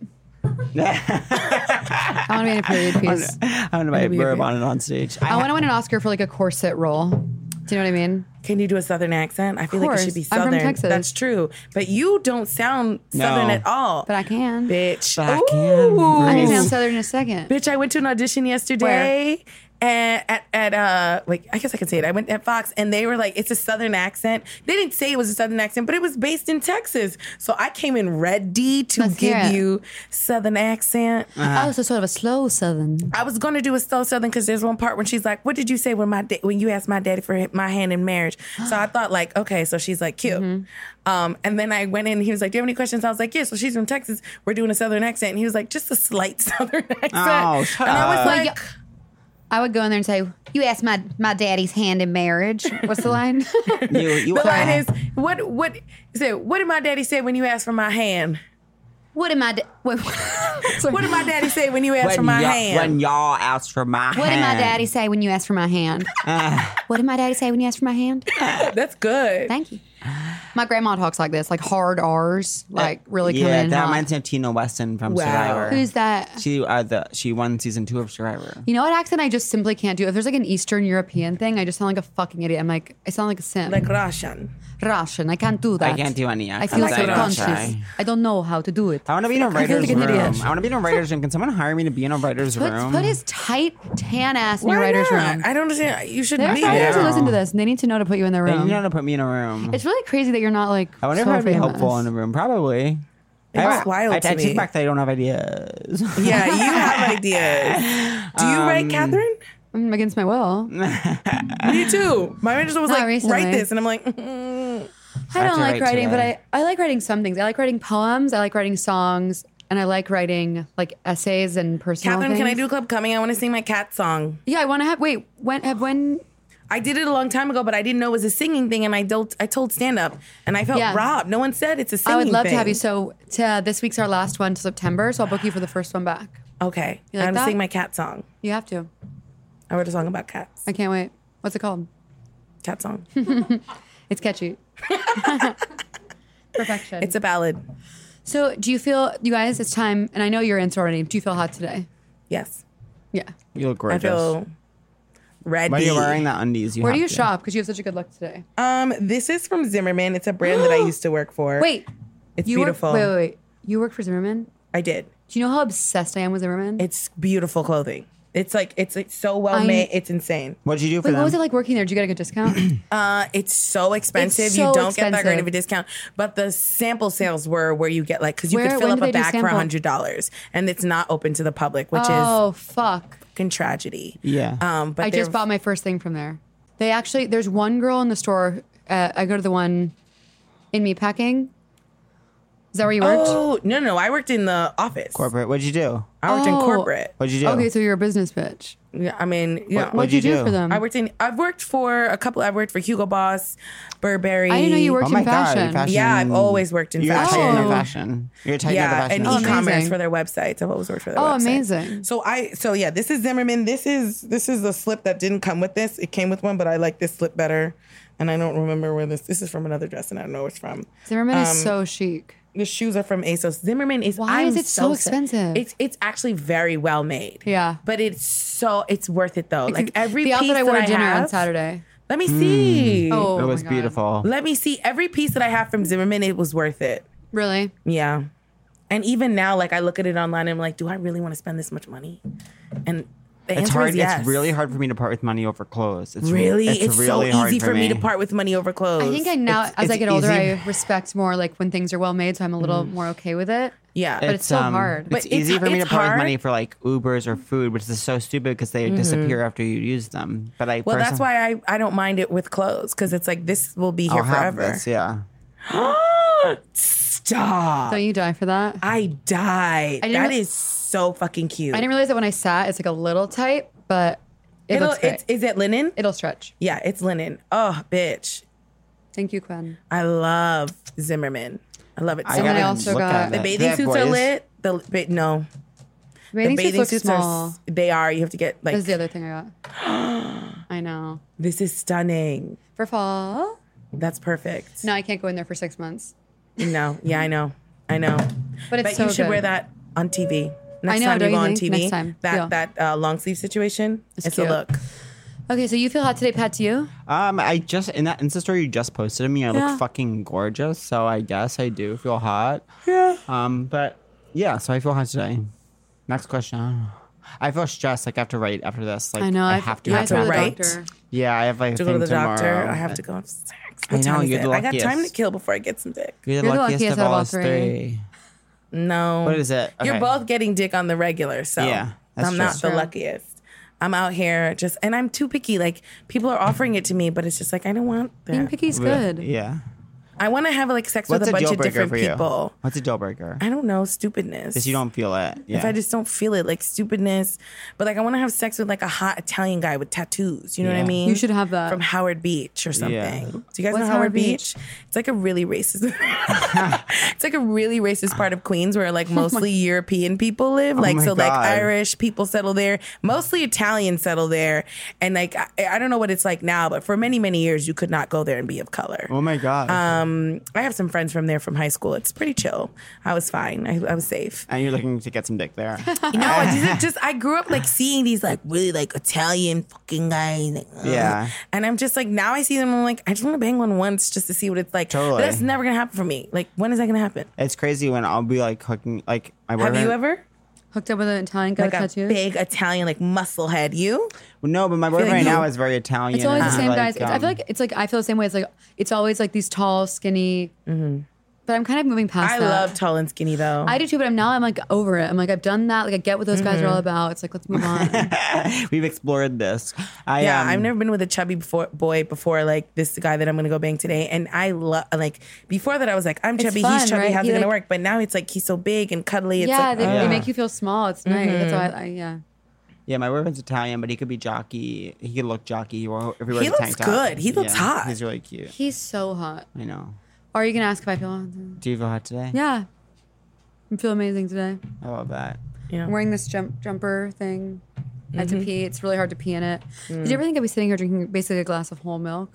[SPEAKER 3] I want to be in a period piece.
[SPEAKER 1] I want to buy a burb on it on stage. I,
[SPEAKER 3] I want to win an Oscar for like a corset role. Do you know what I mean?
[SPEAKER 2] Can you do a southern accent? I feel like it should be
[SPEAKER 3] course. I'm from
[SPEAKER 2] southern.
[SPEAKER 3] Texas.
[SPEAKER 2] That's true. But you don't sound
[SPEAKER 1] No.
[SPEAKER 2] southern at all.
[SPEAKER 3] But I can.
[SPEAKER 2] bitch.
[SPEAKER 1] But I can.
[SPEAKER 2] Ooh.
[SPEAKER 3] I can sound southern in a second.
[SPEAKER 2] Bitch, I went to an audition yesterday and at, at uh like I guess I can say it. I went at Fox and they were like, it's a southern accent. They didn't say it was a southern accent, but it was based in Texas. So I came in ready to
[SPEAKER 3] Let's hear
[SPEAKER 2] give
[SPEAKER 3] it. Uh.
[SPEAKER 2] you southern accent.
[SPEAKER 3] I was a Oh, sort of a slow southern.
[SPEAKER 2] I was gonna do a so southern because there's one part when she's like, "What did you say when my da- when you asked my daddy for my hand in marriage?" So I thought like, okay, so she's like cute,
[SPEAKER 3] Mm-hmm.
[SPEAKER 2] um, and then I went in. He was like, "Do you have any questions?" I was like, "Yeah." So she's from Texas. We're doing a southern accent, and he was like, "Just a slight southern accent."
[SPEAKER 1] Oh, shut
[SPEAKER 2] and I was
[SPEAKER 1] up.
[SPEAKER 2] like,
[SPEAKER 3] Like, I would go in there and say, "You asked my my daddy's hand in marriage." What's the line?
[SPEAKER 1] you, you
[SPEAKER 2] "The line is what what he said? What did my daddy say when you asked for my hand?
[SPEAKER 3] what am I? Da- what,
[SPEAKER 2] What did my daddy say when you asked
[SPEAKER 1] when,
[SPEAKER 2] for my
[SPEAKER 1] y'all,
[SPEAKER 2] hand?"
[SPEAKER 1] when y'all asked for my
[SPEAKER 3] What did my
[SPEAKER 1] hand. Ah.
[SPEAKER 3] daddy say when you asked for my hand? what did my daddy say when you asked for my hand?
[SPEAKER 2] That's good.
[SPEAKER 3] Thank you. My grandma talks like this, like hard R's, like really coming
[SPEAKER 1] Uh, yeah,
[SPEAKER 3] in.
[SPEAKER 1] that
[SPEAKER 3] hot.
[SPEAKER 1] reminds me of Tina Weston from
[SPEAKER 2] Wow.
[SPEAKER 1] Survivor.
[SPEAKER 3] Who's that?
[SPEAKER 1] She uh, the she won season two of Survivor.
[SPEAKER 3] You know what accent I just simply can't do? If there's like an Eastern European thing, I just sound like a fucking idiot. I'm like, I sound like a sim.
[SPEAKER 2] Like Russian.
[SPEAKER 3] Russian. I can't do that.
[SPEAKER 1] I can't do any
[SPEAKER 3] I
[SPEAKER 1] accents.
[SPEAKER 3] feel like
[SPEAKER 2] I don't
[SPEAKER 3] subconscious.
[SPEAKER 1] try.
[SPEAKER 3] I don't know how to do it.
[SPEAKER 1] I want to be in a
[SPEAKER 3] I feel
[SPEAKER 1] writer's
[SPEAKER 3] like an
[SPEAKER 1] room.
[SPEAKER 3] idiot.
[SPEAKER 1] I want to be in a writer's room. Can someone hire me to be in a writer's
[SPEAKER 3] Put,
[SPEAKER 1] room?
[SPEAKER 3] put his tight tan ass in your
[SPEAKER 2] Why
[SPEAKER 3] writer's
[SPEAKER 2] not?
[SPEAKER 3] room.
[SPEAKER 2] I don't understand. You should
[SPEAKER 3] There are
[SPEAKER 2] be
[SPEAKER 3] writers who
[SPEAKER 2] there.
[SPEAKER 3] listen to this and they need to know to put you in their
[SPEAKER 1] They
[SPEAKER 3] room.
[SPEAKER 1] know to put me in a room.
[SPEAKER 3] It's really crazy that you're not like.
[SPEAKER 1] I wonder
[SPEAKER 3] so
[SPEAKER 1] if I'd be
[SPEAKER 3] famous.
[SPEAKER 1] helpful in a room. Probably.
[SPEAKER 2] It's
[SPEAKER 1] I,
[SPEAKER 2] wild
[SPEAKER 1] I,
[SPEAKER 2] to
[SPEAKER 1] I
[SPEAKER 2] me.
[SPEAKER 1] take back that I don't have ideas.
[SPEAKER 2] Yeah, you have ideas. Do you
[SPEAKER 1] Um,
[SPEAKER 2] write, Catherine?
[SPEAKER 3] Mm, against my will.
[SPEAKER 2] Me too. My manager was
[SPEAKER 3] Not
[SPEAKER 2] like,
[SPEAKER 3] recently.
[SPEAKER 2] write this. And I'm like, mm.
[SPEAKER 3] I
[SPEAKER 1] have
[SPEAKER 3] don't
[SPEAKER 1] to
[SPEAKER 3] like
[SPEAKER 1] write
[SPEAKER 3] writing,
[SPEAKER 1] today.
[SPEAKER 3] but I, I like writing some things. I like writing poems. I like writing songs, and I like writing like essays and personal.
[SPEAKER 2] Catherine, can I
[SPEAKER 3] things.
[SPEAKER 2] do club coming? I want to sing my cat song.
[SPEAKER 3] Yeah, I want to have. Wait, when have when?
[SPEAKER 2] I did it a long time ago, but I didn't know it was a singing thing. And I told, I told stand up and I felt
[SPEAKER 3] Yeah.
[SPEAKER 2] robbed. No one said it's a singing
[SPEAKER 3] I would love
[SPEAKER 2] thing.
[SPEAKER 3] to have you. So to, this week's our last one to September, so I'll book you for the first one back.
[SPEAKER 2] Okay.
[SPEAKER 3] You like
[SPEAKER 2] I'm
[SPEAKER 3] that?
[SPEAKER 2] sing my cat song.
[SPEAKER 3] You have to.
[SPEAKER 2] I wrote a song about cats.
[SPEAKER 3] I can't wait. What's it called?
[SPEAKER 2] Cat song.
[SPEAKER 3] It's catchy. Perfection.
[SPEAKER 2] it's a ballad.
[SPEAKER 3] so do you feel, you guys? It's time, and I know you're in already. Do you feel hot today?
[SPEAKER 2] Yes.
[SPEAKER 3] Yeah.
[SPEAKER 1] you look
[SPEAKER 2] I
[SPEAKER 1] gorgeous.
[SPEAKER 2] feel ready.
[SPEAKER 1] Why are you wearing that undies?
[SPEAKER 3] Where do
[SPEAKER 1] have
[SPEAKER 3] you
[SPEAKER 1] to.
[SPEAKER 3] shop? Because you have such a good look today.
[SPEAKER 2] Um, this is from Zimmerman. It's a brand that I used to work for.
[SPEAKER 3] Wait,
[SPEAKER 2] it's
[SPEAKER 3] you
[SPEAKER 2] beautiful.
[SPEAKER 3] Work, wait, wait, wait. You work for Zimmerman?
[SPEAKER 2] I did.
[SPEAKER 3] Do you know how obsessed I am with Zimmerman?
[SPEAKER 2] It's beautiful clothing. It's like it's like so well
[SPEAKER 3] I'm-
[SPEAKER 2] made. It's insane.
[SPEAKER 1] What'd you do for
[SPEAKER 3] Wait,
[SPEAKER 1] them?
[SPEAKER 3] what was it like working there? Did you get a good discount?
[SPEAKER 2] Uh, it's so expensive.
[SPEAKER 3] It's so
[SPEAKER 2] you don't get that great
[SPEAKER 3] expensive.
[SPEAKER 2] of a discount. But the sample sales were where you get like because you
[SPEAKER 3] Where-
[SPEAKER 2] could fill
[SPEAKER 3] when
[SPEAKER 2] up
[SPEAKER 3] do
[SPEAKER 2] a
[SPEAKER 3] they do
[SPEAKER 2] bag for
[SPEAKER 3] sample?
[SPEAKER 2] hundred dollars, and it's not open to the public, which is
[SPEAKER 3] oh fuck!
[SPEAKER 2] fucking tragedy.
[SPEAKER 1] Yeah.
[SPEAKER 2] Um, but
[SPEAKER 3] I
[SPEAKER 2] they're-
[SPEAKER 3] just bought my first thing from there. They actually, there's one girl in the store. Uh, I go to the one in me packing. Is that where you worked?
[SPEAKER 2] Oh no, no, I worked in the office.
[SPEAKER 1] Corporate. What'd you do?
[SPEAKER 2] I worked in
[SPEAKER 3] Oh.
[SPEAKER 2] corporate.
[SPEAKER 1] What'd you do?
[SPEAKER 3] Okay, so you're a business bitch.
[SPEAKER 2] Yeah, I mean, yeah.
[SPEAKER 1] What'd
[SPEAKER 3] What'd you,
[SPEAKER 1] you
[SPEAKER 3] do,
[SPEAKER 1] do?
[SPEAKER 3] for them?
[SPEAKER 2] I worked in. I've worked for a couple. I've worked for Hugo Boss, Burberry.
[SPEAKER 3] I didn't know you worked
[SPEAKER 1] oh my
[SPEAKER 3] in fashion.
[SPEAKER 1] god! Fashion.
[SPEAKER 2] Yeah, I've always worked in
[SPEAKER 1] You're
[SPEAKER 2] fashion.
[SPEAKER 1] You're a titan of
[SPEAKER 3] Oh.
[SPEAKER 1] fashion. You're a titan
[SPEAKER 2] Yeah,
[SPEAKER 1] of the
[SPEAKER 2] and
[SPEAKER 1] fashion.
[SPEAKER 3] Oh,
[SPEAKER 2] e-commerce
[SPEAKER 3] amazing.
[SPEAKER 2] for their websites. I've always worked for their
[SPEAKER 3] Oh,
[SPEAKER 2] websites.
[SPEAKER 3] amazing.
[SPEAKER 2] So I, so yeah, this is Zimmerman. This is this is the slip that didn't come with this. It came with one, but I like this slip better. And I don't remember where this. This is from another dress, and I don't know where it's from.
[SPEAKER 3] Zimmerman
[SPEAKER 2] Um,
[SPEAKER 3] is so chic.
[SPEAKER 2] The shoes are from ASOS. Zimmerman is.
[SPEAKER 3] Why
[SPEAKER 2] I'm
[SPEAKER 3] is it so
[SPEAKER 2] sa-
[SPEAKER 3] expensive?
[SPEAKER 2] It's it's actually very well made.
[SPEAKER 3] Yeah.
[SPEAKER 2] but it's so it's worth it though. Like
[SPEAKER 3] It's
[SPEAKER 2] every
[SPEAKER 3] the
[SPEAKER 2] piece
[SPEAKER 3] outfit I
[SPEAKER 2] that
[SPEAKER 3] wore to dinner
[SPEAKER 2] have,
[SPEAKER 3] on Saturday.
[SPEAKER 2] Let me see.
[SPEAKER 3] Oh,
[SPEAKER 1] it
[SPEAKER 3] my
[SPEAKER 1] was
[SPEAKER 3] God.
[SPEAKER 1] beautiful.
[SPEAKER 2] Let me see every piece that I have from Zimmerman. It was worth it.
[SPEAKER 3] Really?
[SPEAKER 2] Yeah. And even now, like I look at it online, I'm like, do I really want to spend this much money? And the
[SPEAKER 1] It's
[SPEAKER 2] answer
[SPEAKER 1] hard.
[SPEAKER 2] is yes.
[SPEAKER 1] It's really hard for me to part with money over clothes. It's
[SPEAKER 2] Really,
[SPEAKER 1] It's,
[SPEAKER 2] it's,
[SPEAKER 1] really
[SPEAKER 2] so
[SPEAKER 1] hard
[SPEAKER 2] easy for, me. to
[SPEAKER 1] me.
[SPEAKER 2] part with money over clothes.
[SPEAKER 3] I think I now,
[SPEAKER 1] It's-
[SPEAKER 3] as I
[SPEAKER 1] it's
[SPEAKER 3] get older,
[SPEAKER 1] easy.
[SPEAKER 3] I respect more like when things are well made, so I'm a little more okay with it.
[SPEAKER 2] Mm. yeah,
[SPEAKER 3] but it's so hard.
[SPEAKER 1] It's
[SPEAKER 2] But it's-
[SPEAKER 1] easy for me
[SPEAKER 2] it's
[SPEAKER 1] to part with
[SPEAKER 2] hard.
[SPEAKER 1] money for like Ubers or food, which is so stupid because they
[SPEAKER 3] Mm-hmm.
[SPEAKER 1] disappear after you use them. But I
[SPEAKER 2] well,
[SPEAKER 1] first-
[SPEAKER 2] that's why I, I don't mind it with clothes because it's like this will be here
[SPEAKER 1] I'll have
[SPEAKER 2] forever.
[SPEAKER 1] this. Yeah,
[SPEAKER 2] Stop!
[SPEAKER 3] Don't you die for that?
[SPEAKER 2] I died.
[SPEAKER 3] I didn't
[SPEAKER 2] that
[SPEAKER 3] re-
[SPEAKER 2] is so fucking cute.
[SPEAKER 3] I didn't realize that when I sat, it's like a little tight, but it
[SPEAKER 2] It'll,
[SPEAKER 3] looks great.
[SPEAKER 2] it's, is it linen?
[SPEAKER 3] It'll stretch.
[SPEAKER 2] yeah, it's linen. Oh, bitch!
[SPEAKER 3] Thank you, Quinn.
[SPEAKER 2] I love Zimmerman. I love it. So
[SPEAKER 1] I
[SPEAKER 3] then
[SPEAKER 2] much.
[SPEAKER 1] gotta
[SPEAKER 3] I also
[SPEAKER 1] look
[SPEAKER 3] got-
[SPEAKER 1] at
[SPEAKER 3] The
[SPEAKER 1] it.
[SPEAKER 2] the
[SPEAKER 1] They
[SPEAKER 2] bathing
[SPEAKER 1] have
[SPEAKER 2] suits are
[SPEAKER 1] boys.
[SPEAKER 2] lit. The ba- no,
[SPEAKER 3] Bathing,
[SPEAKER 2] the bathing
[SPEAKER 3] suits look
[SPEAKER 2] suits,
[SPEAKER 3] small.
[SPEAKER 2] are s- they are. You have to get like
[SPEAKER 3] That's the other thing I got. I know.
[SPEAKER 2] this is stunning.
[SPEAKER 3] For fall?
[SPEAKER 2] That's perfect.
[SPEAKER 3] No, I can't go in there for six months.
[SPEAKER 2] No. yeah, I know, I know.
[SPEAKER 3] But it's
[SPEAKER 2] But
[SPEAKER 3] so
[SPEAKER 2] you should
[SPEAKER 3] good.
[SPEAKER 2] wear that on TV. Next
[SPEAKER 3] know,
[SPEAKER 2] time
[SPEAKER 3] don't
[SPEAKER 2] you go
[SPEAKER 3] you
[SPEAKER 2] on
[SPEAKER 3] think?
[SPEAKER 2] TV,
[SPEAKER 3] Next time.
[SPEAKER 2] that
[SPEAKER 3] Yeah.
[SPEAKER 2] that uh, long sleeve situation, it's, a
[SPEAKER 3] cute.
[SPEAKER 2] look.
[SPEAKER 3] Okay, so you feel hot today, Pat, do you?
[SPEAKER 1] Um, I just in that Insta story you just posted of me, I
[SPEAKER 3] Yeah.
[SPEAKER 1] look fucking gorgeous. So I guess I do feel hot.
[SPEAKER 2] Yeah.
[SPEAKER 1] Um, but yeah, so I feel hot today. Next question. I feel stressed. Like I have to write after this. Like
[SPEAKER 3] I know.
[SPEAKER 1] I
[SPEAKER 3] I've-
[SPEAKER 1] have to.
[SPEAKER 3] I
[SPEAKER 1] write
[SPEAKER 3] have to go to the
[SPEAKER 2] Right.
[SPEAKER 3] doctor.
[SPEAKER 1] Yeah, I have like a
[SPEAKER 2] To go to
[SPEAKER 1] thing
[SPEAKER 2] the
[SPEAKER 1] tomorrow.
[SPEAKER 2] doctor, I have to go. have sex.
[SPEAKER 1] I
[SPEAKER 2] What
[SPEAKER 1] know,
[SPEAKER 2] time is
[SPEAKER 1] you're the
[SPEAKER 2] it? I got time to
[SPEAKER 1] luckiest.
[SPEAKER 2] kill before I get some dick.
[SPEAKER 1] You're the
[SPEAKER 3] You're the
[SPEAKER 1] luckiest,
[SPEAKER 3] luckiest
[SPEAKER 1] of
[SPEAKER 3] out of
[SPEAKER 1] all
[SPEAKER 3] all
[SPEAKER 1] us
[SPEAKER 3] three.
[SPEAKER 1] three.
[SPEAKER 2] No.
[SPEAKER 1] What is it?
[SPEAKER 2] You're
[SPEAKER 1] Okay.
[SPEAKER 2] both getting dick on the regular, so
[SPEAKER 1] Yeah, that's
[SPEAKER 2] I'm
[SPEAKER 1] true.
[SPEAKER 2] not the
[SPEAKER 3] True.
[SPEAKER 2] luckiest. I'm out here just, and I'm too picky. Like people are offering it to me, but it's just like I don't want
[SPEAKER 3] Being
[SPEAKER 2] that.
[SPEAKER 3] picky's good.
[SPEAKER 1] Yeah.
[SPEAKER 2] I want to have like sex
[SPEAKER 1] What's
[SPEAKER 2] with a,
[SPEAKER 1] a,
[SPEAKER 2] bunch
[SPEAKER 1] deal
[SPEAKER 2] of
[SPEAKER 1] breaker
[SPEAKER 2] different
[SPEAKER 1] for you?
[SPEAKER 2] people.
[SPEAKER 1] What's a deal breaker?
[SPEAKER 2] I don't know stupidness.
[SPEAKER 1] If you don't feel it, yeah.
[SPEAKER 2] If I just don't feel it, like stupidness, but like I want to have sex with like a hot Italian guy with tattoos. You know what I
[SPEAKER 1] Yeah.
[SPEAKER 2] mean?
[SPEAKER 3] You should have that.
[SPEAKER 2] from Howard Beach or something.
[SPEAKER 1] Yeah.
[SPEAKER 2] Do you guys
[SPEAKER 3] What's
[SPEAKER 2] know Howard,
[SPEAKER 3] Howard
[SPEAKER 2] Beach? It's like a really racist. it's like a really racist part of Queens where
[SPEAKER 3] Oh
[SPEAKER 2] like mostly European people live. Like
[SPEAKER 1] Oh my
[SPEAKER 2] so, like
[SPEAKER 1] God.
[SPEAKER 2] Irish people settle there. Mostly Italian settle there, and like I, I don't know what it's like now, but for many many years you could not go there and be of color.
[SPEAKER 1] oh my god. Um,
[SPEAKER 2] um, I have some friends from there from high school. It's pretty chill. I was fine. I, I was safe.
[SPEAKER 1] And you're looking to get some dick there.
[SPEAKER 2] No, these are Oh, just I grew up like seeing these like really like Italian fucking guys. Like, ugh.
[SPEAKER 1] Yeah.
[SPEAKER 2] And I'm just like now I see them. I'm like I just want to bang one once just to see what it's like.
[SPEAKER 1] Totally.
[SPEAKER 2] But that's never gonna happen for me. Like when is that gonna happen?
[SPEAKER 1] it's crazy when I'll be like hooking like my
[SPEAKER 2] Have
[SPEAKER 1] boyfriend.
[SPEAKER 2] you ever
[SPEAKER 3] Hooked up with an Italian guy
[SPEAKER 2] like
[SPEAKER 3] with
[SPEAKER 2] a
[SPEAKER 3] tattoos.
[SPEAKER 2] big Italian like muscle head? You?
[SPEAKER 1] No, but my boyfriend
[SPEAKER 2] like
[SPEAKER 1] right now
[SPEAKER 2] you-
[SPEAKER 1] is very Italian.
[SPEAKER 3] It's always the
[SPEAKER 1] and
[SPEAKER 3] same
[SPEAKER 1] like,
[SPEAKER 3] guys. It's- I feel
[SPEAKER 1] um,
[SPEAKER 3] like it's like I feel the same way. It's like it's always like these tall, skinny.
[SPEAKER 1] Mm-hmm.
[SPEAKER 3] But I'm kind of moving past.
[SPEAKER 2] I
[SPEAKER 3] that.
[SPEAKER 2] love tall and skinny though.
[SPEAKER 3] I do too, but I'm now I'm like over it. I'm like I've done that. Like I get what those guys are
[SPEAKER 1] Mm-hmm.
[SPEAKER 3] all about. It's like let's move on.
[SPEAKER 1] we've explored this. I,
[SPEAKER 2] Yeah,
[SPEAKER 1] um,
[SPEAKER 2] I've never been with a chubby before, boy before, like this guy that I'm gonna go bang today. And I love, like, before that, I was like, I'm chubby,
[SPEAKER 3] fun,
[SPEAKER 2] he's chubby,
[SPEAKER 3] right?
[SPEAKER 2] how's
[SPEAKER 3] He,
[SPEAKER 2] it gonna
[SPEAKER 3] like-
[SPEAKER 2] work? But now it's like, he's so big and cuddly. It's
[SPEAKER 3] yeah,
[SPEAKER 2] like,
[SPEAKER 3] they,
[SPEAKER 2] uh,
[SPEAKER 3] they
[SPEAKER 1] Yeah. Mm-hmm.
[SPEAKER 3] make you feel small. It's nice. That's why I, I yeah.
[SPEAKER 1] Yeah, my boyfriend's Italian, but he could be jockey. He could look jockey. Or if he, wears
[SPEAKER 2] He
[SPEAKER 1] a tank
[SPEAKER 2] looks
[SPEAKER 1] top.
[SPEAKER 2] good. He looks
[SPEAKER 1] Yeah,
[SPEAKER 2] hot.
[SPEAKER 1] He's really cute.
[SPEAKER 3] He's so hot.
[SPEAKER 1] I know.
[SPEAKER 3] Are you gonna ask if I feel hot?
[SPEAKER 1] Do you feel hot today?
[SPEAKER 3] Yeah, I feel amazing today.
[SPEAKER 1] I love that.
[SPEAKER 2] yeah.
[SPEAKER 3] I'm wearing this jump jumper thing. I had
[SPEAKER 1] Mm-hmm.
[SPEAKER 3] to pee. It's really hard to pee in it.
[SPEAKER 1] Mm.
[SPEAKER 3] Did you ever think I'd be sitting here drinking basically a glass of whole milk?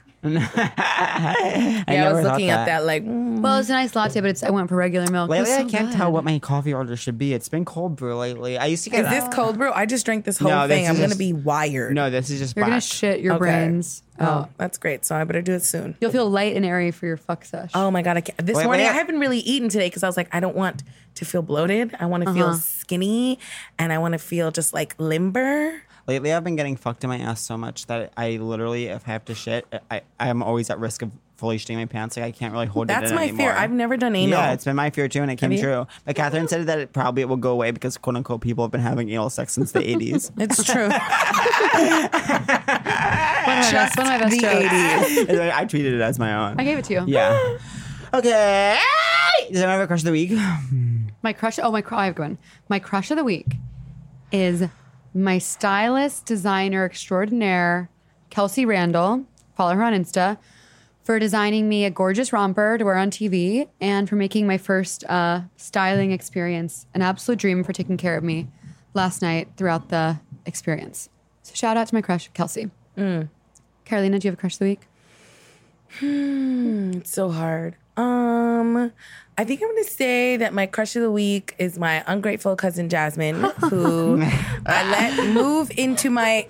[SPEAKER 1] I,
[SPEAKER 2] Yeah, I
[SPEAKER 1] never
[SPEAKER 2] was
[SPEAKER 1] thought
[SPEAKER 2] looking at that, like, mm,
[SPEAKER 3] Well, it's a nice latte, but it's I went for regular milk.
[SPEAKER 1] Lately,
[SPEAKER 3] It's
[SPEAKER 1] I
[SPEAKER 3] so
[SPEAKER 1] can't
[SPEAKER 3] good.
[SPEAKER 1] tell what my coffee order should be. It's been cold brew lately. I used to get
[SPEAKER 2] is this cold brew? I just drank this whole
[SPEAKER 1] No, this
[SPEAKER 2] thing.
[SPEAKER 1] is
[SPEAKER 2] I'm gonna
[SPEAKER 1] just-
[SPEAKER 2] be wired.
[SPEAKER 1] No, this is just.
[SPEAKER 3] You're gonna
[SPEAKER 1] black.
[SPEAKER 3] shit your
[SPEAKER 2] Okay.
[SPEAKER 3] brains.
[SPEAKER 2] Oh, that's great. So I better do it soon.
[SPEAKER 3] You'll feel light and airy for your fuck sesh.
[SPEAKER 2] Oh my god! I can't. This
[SPEAKER 1] Wait,
[SPEAKER 2] morning
[SPEAKER 1] wait.
[SPEAKER 2] I haven't really eaten today because I was like, I don't want to feel bloated. I want to feel skinny, and I want to feel just like limber.
[SPEAKER 1] Lately, I've been getting fucked in my ass so much that I literally, if I have to shit, I I'm always at risk of fully shitting my pants. Like I can't really hold it.
[SPEAKER 2] That's
[SPEAKER 1] in
[SPEAKER 2] my
[SPEAKER 1] anymore.
[SPEAKER 2] fear. I've never done anal.
[SPEAKER 1] Yeah, it's been my fear too, and it came
[SPEAKER 2] you?
[SPEAKER 1] true. But Catherine said that it probably will go away because "quote unquote" people have been having anal sex since the '80s.
[SPEAKER 2] It's true.
[SPEAKER 3] one of my best, one of my best jokes.
[SPEAKER 1] And I I tweeted it as my own.
[SPEAKER 3] I gave it to you.
[SPEAKER 1] Yeah. Okay. Does anyone have a crush of the week?
[SPEAKER 3] My crush. Oh, my. cr- I have a good one. My crush of the week is my stylist designer extraordinaire, Kelsey Randall. Follow her on Insta for designing me a gorgeous romper to wear on TV and for making my first uh, styling experience an absolute dream for taking care of me last night throughout the experience. So shout out to my crush, Kelsey.
[SPEAKER 2] Mm.
[SPEAKER 3] Carolina, do you have a crush of the week?
[SPEAKER 2] It's so hard. Um, I think I'm gonna say that my crush of the week is my ungrateful cousin Jasmine, who I let move into my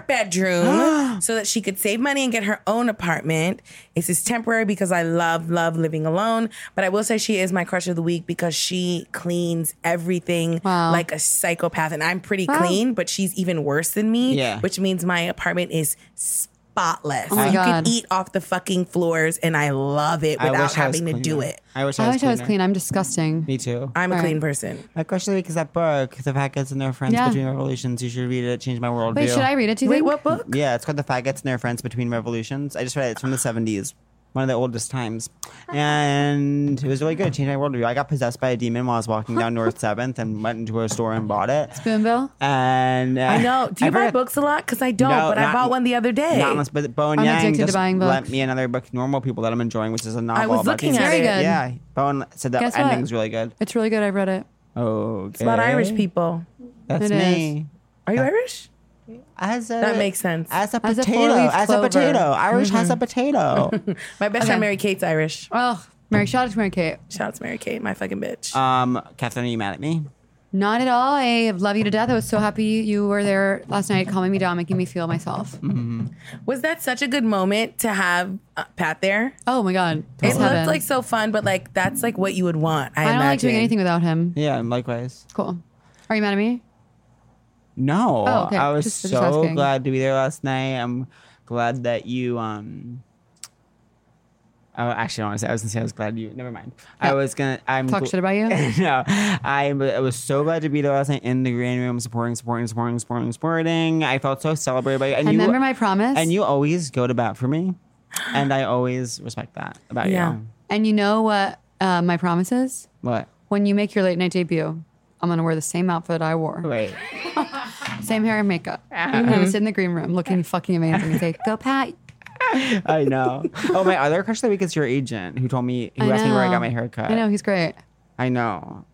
[SPEAKER 2] bedroom so that she could save money and get her own apartment. It's just temporary because I love, love living alone. But I will say she is my crush of the week because she cleans everything
[SPEAKER 3] Wow.
[SPEAKER 2] like a psychopath. And I'm pretty
[SPEAKER 3] Wow.
[SPEAKER 2] clean, but she's even worse than me,
[SPEAKER 1] Yeah.
[SPEAKER 2] which means my apartment is spotless.
[SPEAKER 3] my
[SPEAKER 2] you
[SPEAKER 3] God.
[SPEAKER 2] could eat off the fucking floors, and I love it
[SPEAKER 1] I
[SPEAKER 2] without
[SPEAKER 1] wish I was
[SPEAKER 2] having to do
[SPEAKER 1] cleaner.
[SPEAKER 2] it.
[SPEAKER 1] I wish I
[SPEAKER 3] I
[SPEAKER 1] was,
[SPEAKER 3] wish I was
[SPEAKER 1] cleaner.
[SPEAKER 3] clean. I'm disgusting.
[SPEAKER 1] Me too.
[SPEAKER 2] I'm a
[SPEAKER 3] All
[SPEAKER 2] clean
[SPEAKER 3] right.
[SPEAKER 2] person.
[SPEAKER 1] my crush of the week is that book, The Faggots and Their Friends
[SPEAKER 3] Yeah.
[SPEAKER 1] Between Revolutions. You should read it. It changed my worldview.
[SPEAKER 3] Wait, should I read it? Do you
[SPEAKER 2] Wait,
[SPEAKER 3] think?
[SPEAKER 2] what book?
[SPEAKER 1] Yeah, it's called The Faggots and Their Friends Between Revolutions. I just read it. It's from the 70s, one of the oldest times. And it was really good. It changed my worldview. I got possessed by a demon while I was walking down North 7th and went into a store and bought it.
[SPEAKER 3] Spoonbill?
[SPEAKER 1] And uh,
[SPEAKER 2] I know. Do you buy
[SPEAKER 1] forgot-
[SPEAKER 2] books a lot? Because I don't,
[SPEAKER 1] No,
[SPEAKER 2] but I
[SPEAKER 1] not-
[SPEAKER 2] bought one the other day.
[SPEAKER 1] Not unless, but Bo and
[SPEAKER 3] I'm
[SPEAKER 1] Yang
[SPEAKER 3] addicted to
[SPEAKER 1] just
[SPEAKER 3] buying
[SPEAKER 1] lent
[SPEAKER 3] books.
[SPEAKER 1] me another book, Normal People That I'm enjoying, which is a novel.
[SPEAKER 2] was
[SPEAKER 1] about
[SPEAKER 2] looking
[SPEAKER 1] these-
[SPEAKER 2] at
[SPEAKER 3] Very it. good.
[SPEAKER 1] Yeah, Bo said that
[SPEAKER 3] Guess what?
[SPEAKER 1] ending's really good.
[SPEAKER 3] It's really good. I read it.
[SPEAKER 1] Okay.
[SPEAKER 2] it's about Irish people.
[SPEAKER 1] That's
[SPEAKER 3] It is.
[SPEAKER 1] me.
[SPEAKER 2] Are
[SPEAKER 1] Uh,
[SPEAKER 2] you Irish?
[SPEAKER 1] As a,
[SPEAKER 2] That makes sense.
[SPEAKER 1] As a
[SPEAKER 3] As a
[SPEAKER 1] potato.
[SPEAKER 3] four-leaf
[SPEAKER 1] As a
[SPEAKER 3] clover. Mm-hmm.
[SPEAKER 1] potato. Irish has a potato.
[SPEAKER 2] My best
[SPEAKER 3] Okay.
[SPEAKER 2] friend Mary Kate's Irish.
[SPEAKER 3] Oh, Mary, shout out to Mary Kate.
[SPEAKER 2] Shout out to Mary Kate, my fucking bitch.
[SPEAKER 1] um, Catherine, are you mad at me?
[SPEAKER 3] Not at all. I love you to death. I was so happy you were there last night, calming me down, making me feel myself.
[SPEAKER 1] Mm-hmm.
[SPEAKER 2] Was that such a good moment to have uh, Pat there?
[SPEAKER 3] Oh my god,
[SPEAKER 2] It
[SPEAKER 3] It's heaven.
[SPEAKER 2] looked like so fun, but like that's like what you would want. I,
[SPEAKER 3] I don't
[SPEAKER 2] imagine.
[SPEAKER 3] like doing anything without him.
[SPEAKER 1] Yeah, and likewise.
[SPEAKER 3] Cool. Are you mad at me?
[SPEAKER 1] No,
[SPEAKER 3] Oh, okay.
[SPEAKER 1] I was
[SPEAKER 3] Just- just
[SPEAKER 1] so
[SPEAKER 3] asking.
[SPEAKER 1] glad to be there last night. I'm glad that you. um Oh, actually, I don't want to say. I was gonna say I was glad you. Never mind. I was gonna. I'm
[SPEAKER 3] Talk shit about you?
[SPEAKER 1] no, I, I was so glad to be there last night in the green room, supporting, supporting, supporting, supporting, supporting. I felt so celebrated by you. And
[SPEAKER 3] I
[SPEAKER 1] you,
[SPEAKER 3] remember my promise.
[SPEAKER 1] And you always go to bat for me, and I always respect that about
[SPEAKER 2] Yeah.
[SPEAKER 1] you.
[SPEAKER 3] And you know what uh, my promise is?
[SPEAKER 1] What?
[SPEAKER 3] When you make your late night debut, I'm gonna wear the same outfit I wore,
[SPEAKER 1] Wait.
[SPEAKER 3] same hair and makeup.
[SPEAKER 1] Ah.
[SPEAKER 3] I'm gonna sit in
[SPEAKER 1] Mm-hmm.
[SPEAKER 3] the green room looking fucking amazing and say, "Go Pat."
[SPEAKER 1] I know. Oh, my other crush of the week is your agent, who told me who
[SPEAKER 3] I
[SPEAKER 1] asked me where I
[SPEAKER 3] know.
[SPEAKER 1] got my haircut.
[SPEAKER 3] I know he's great.
[SPEAKER 1] I know.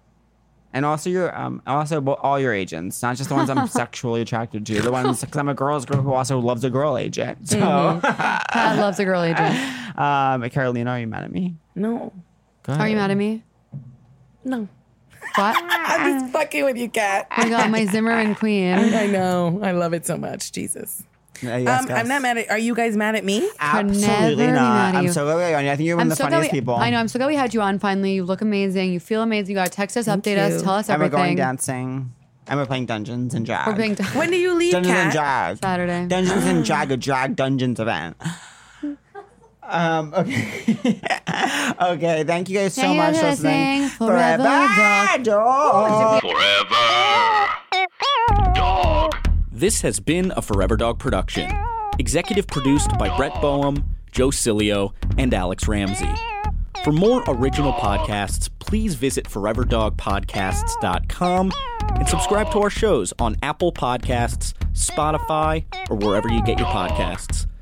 [SPEAKER 1] and also your um also bo- all your agents, not just the ones I'm sexually attracted to, the ones because I'm a girl's girl who also loves a girl agent. So,
[SPEAKER 3] Mm-hmm. Pat loves a girl agent.
[SPEAKER 1] um, Carolina, are you mad at me?
[SPEAKER 2] No,
[SPEAKER 1] Go
[SPEAKER 3] Are you
[SPEAKER 1] ahead.
[SPEAKER 3] mad at me?
[SPEAKER 2] no.
[SPEAKER 3] What?
[SPEAKER 2] I'm just fucking with you, cat.
[SPEAKER 3] I got my Zimmerman queen.
[SPEAKER 2] I know. I love it so much. Jesus.
[SPEAKER 1] Yeah, Uh, yes,
[SPEAKER 2] Um,
[SPEAKER 1] yes.
[SPEAKER 2] I'm not mad at. Are you guys mad at me?
[SPEAKER 3] Could never
[SPEAKER 1] Absolutely
[SPEAKER 3] be
[SPEAKER 1] not.
[SPEAKER 3] mad at
[SPEAKER 1] I'm
[SPEAKER 3] you.
[SPEAKER 1] so glad we got you. I think you're one
[SPEAKER 3] I'm
[SPEAKER 1] of the
[SPEAKER 3] so glad
[SPEAKER 1] funniest
[SPEAKER 3] we,
[SPEAKER 1] people.
[SPEAKER 3] I know. I'm so glad we had you on. Finally, you look amazing. You feel amazing. You gotta text us, update
[SPEAKER 2] you.
[SPEAKER 3] us, tell us
[SPEAKER 1] And we're
[SPEAKER 3] everything.
[SPEAKER 1] going dancing. And we're playing Dungeons and Jag.
[SPEAKER 3] We're being
[SPEAKER 2] When do you leave,
[SPEAKER 1] Dungeons and
[SPEAKER 2] cat?
[SPEAKER 1] Jag.
[SPEAKER 3] Saturday.
[SPEAKER 1] Dungeons and Jag, a Jag Dungeons event. Um, okay. okay, thank you guys so
[SPEAKER 3] Thank you
[SPEAKER 1] much
[SPEAKER 3] for
[SPEAKER 1] for listening.
[SPEAKER 3] listening. Forever dog.
[SPEAKER 1] dog.
[SPEAKER 5] Forever dog.
[SPEAKER 6] This has been a Forever Dog production. Executive produced by Brett Boehm, Joe Cilio, and Alex Ramsey. For more original podcasts, please visit foreverdogpodcasts.com and subscribe to our shows on Apple Podcasts, Spotify, or wherever you get your podcasts.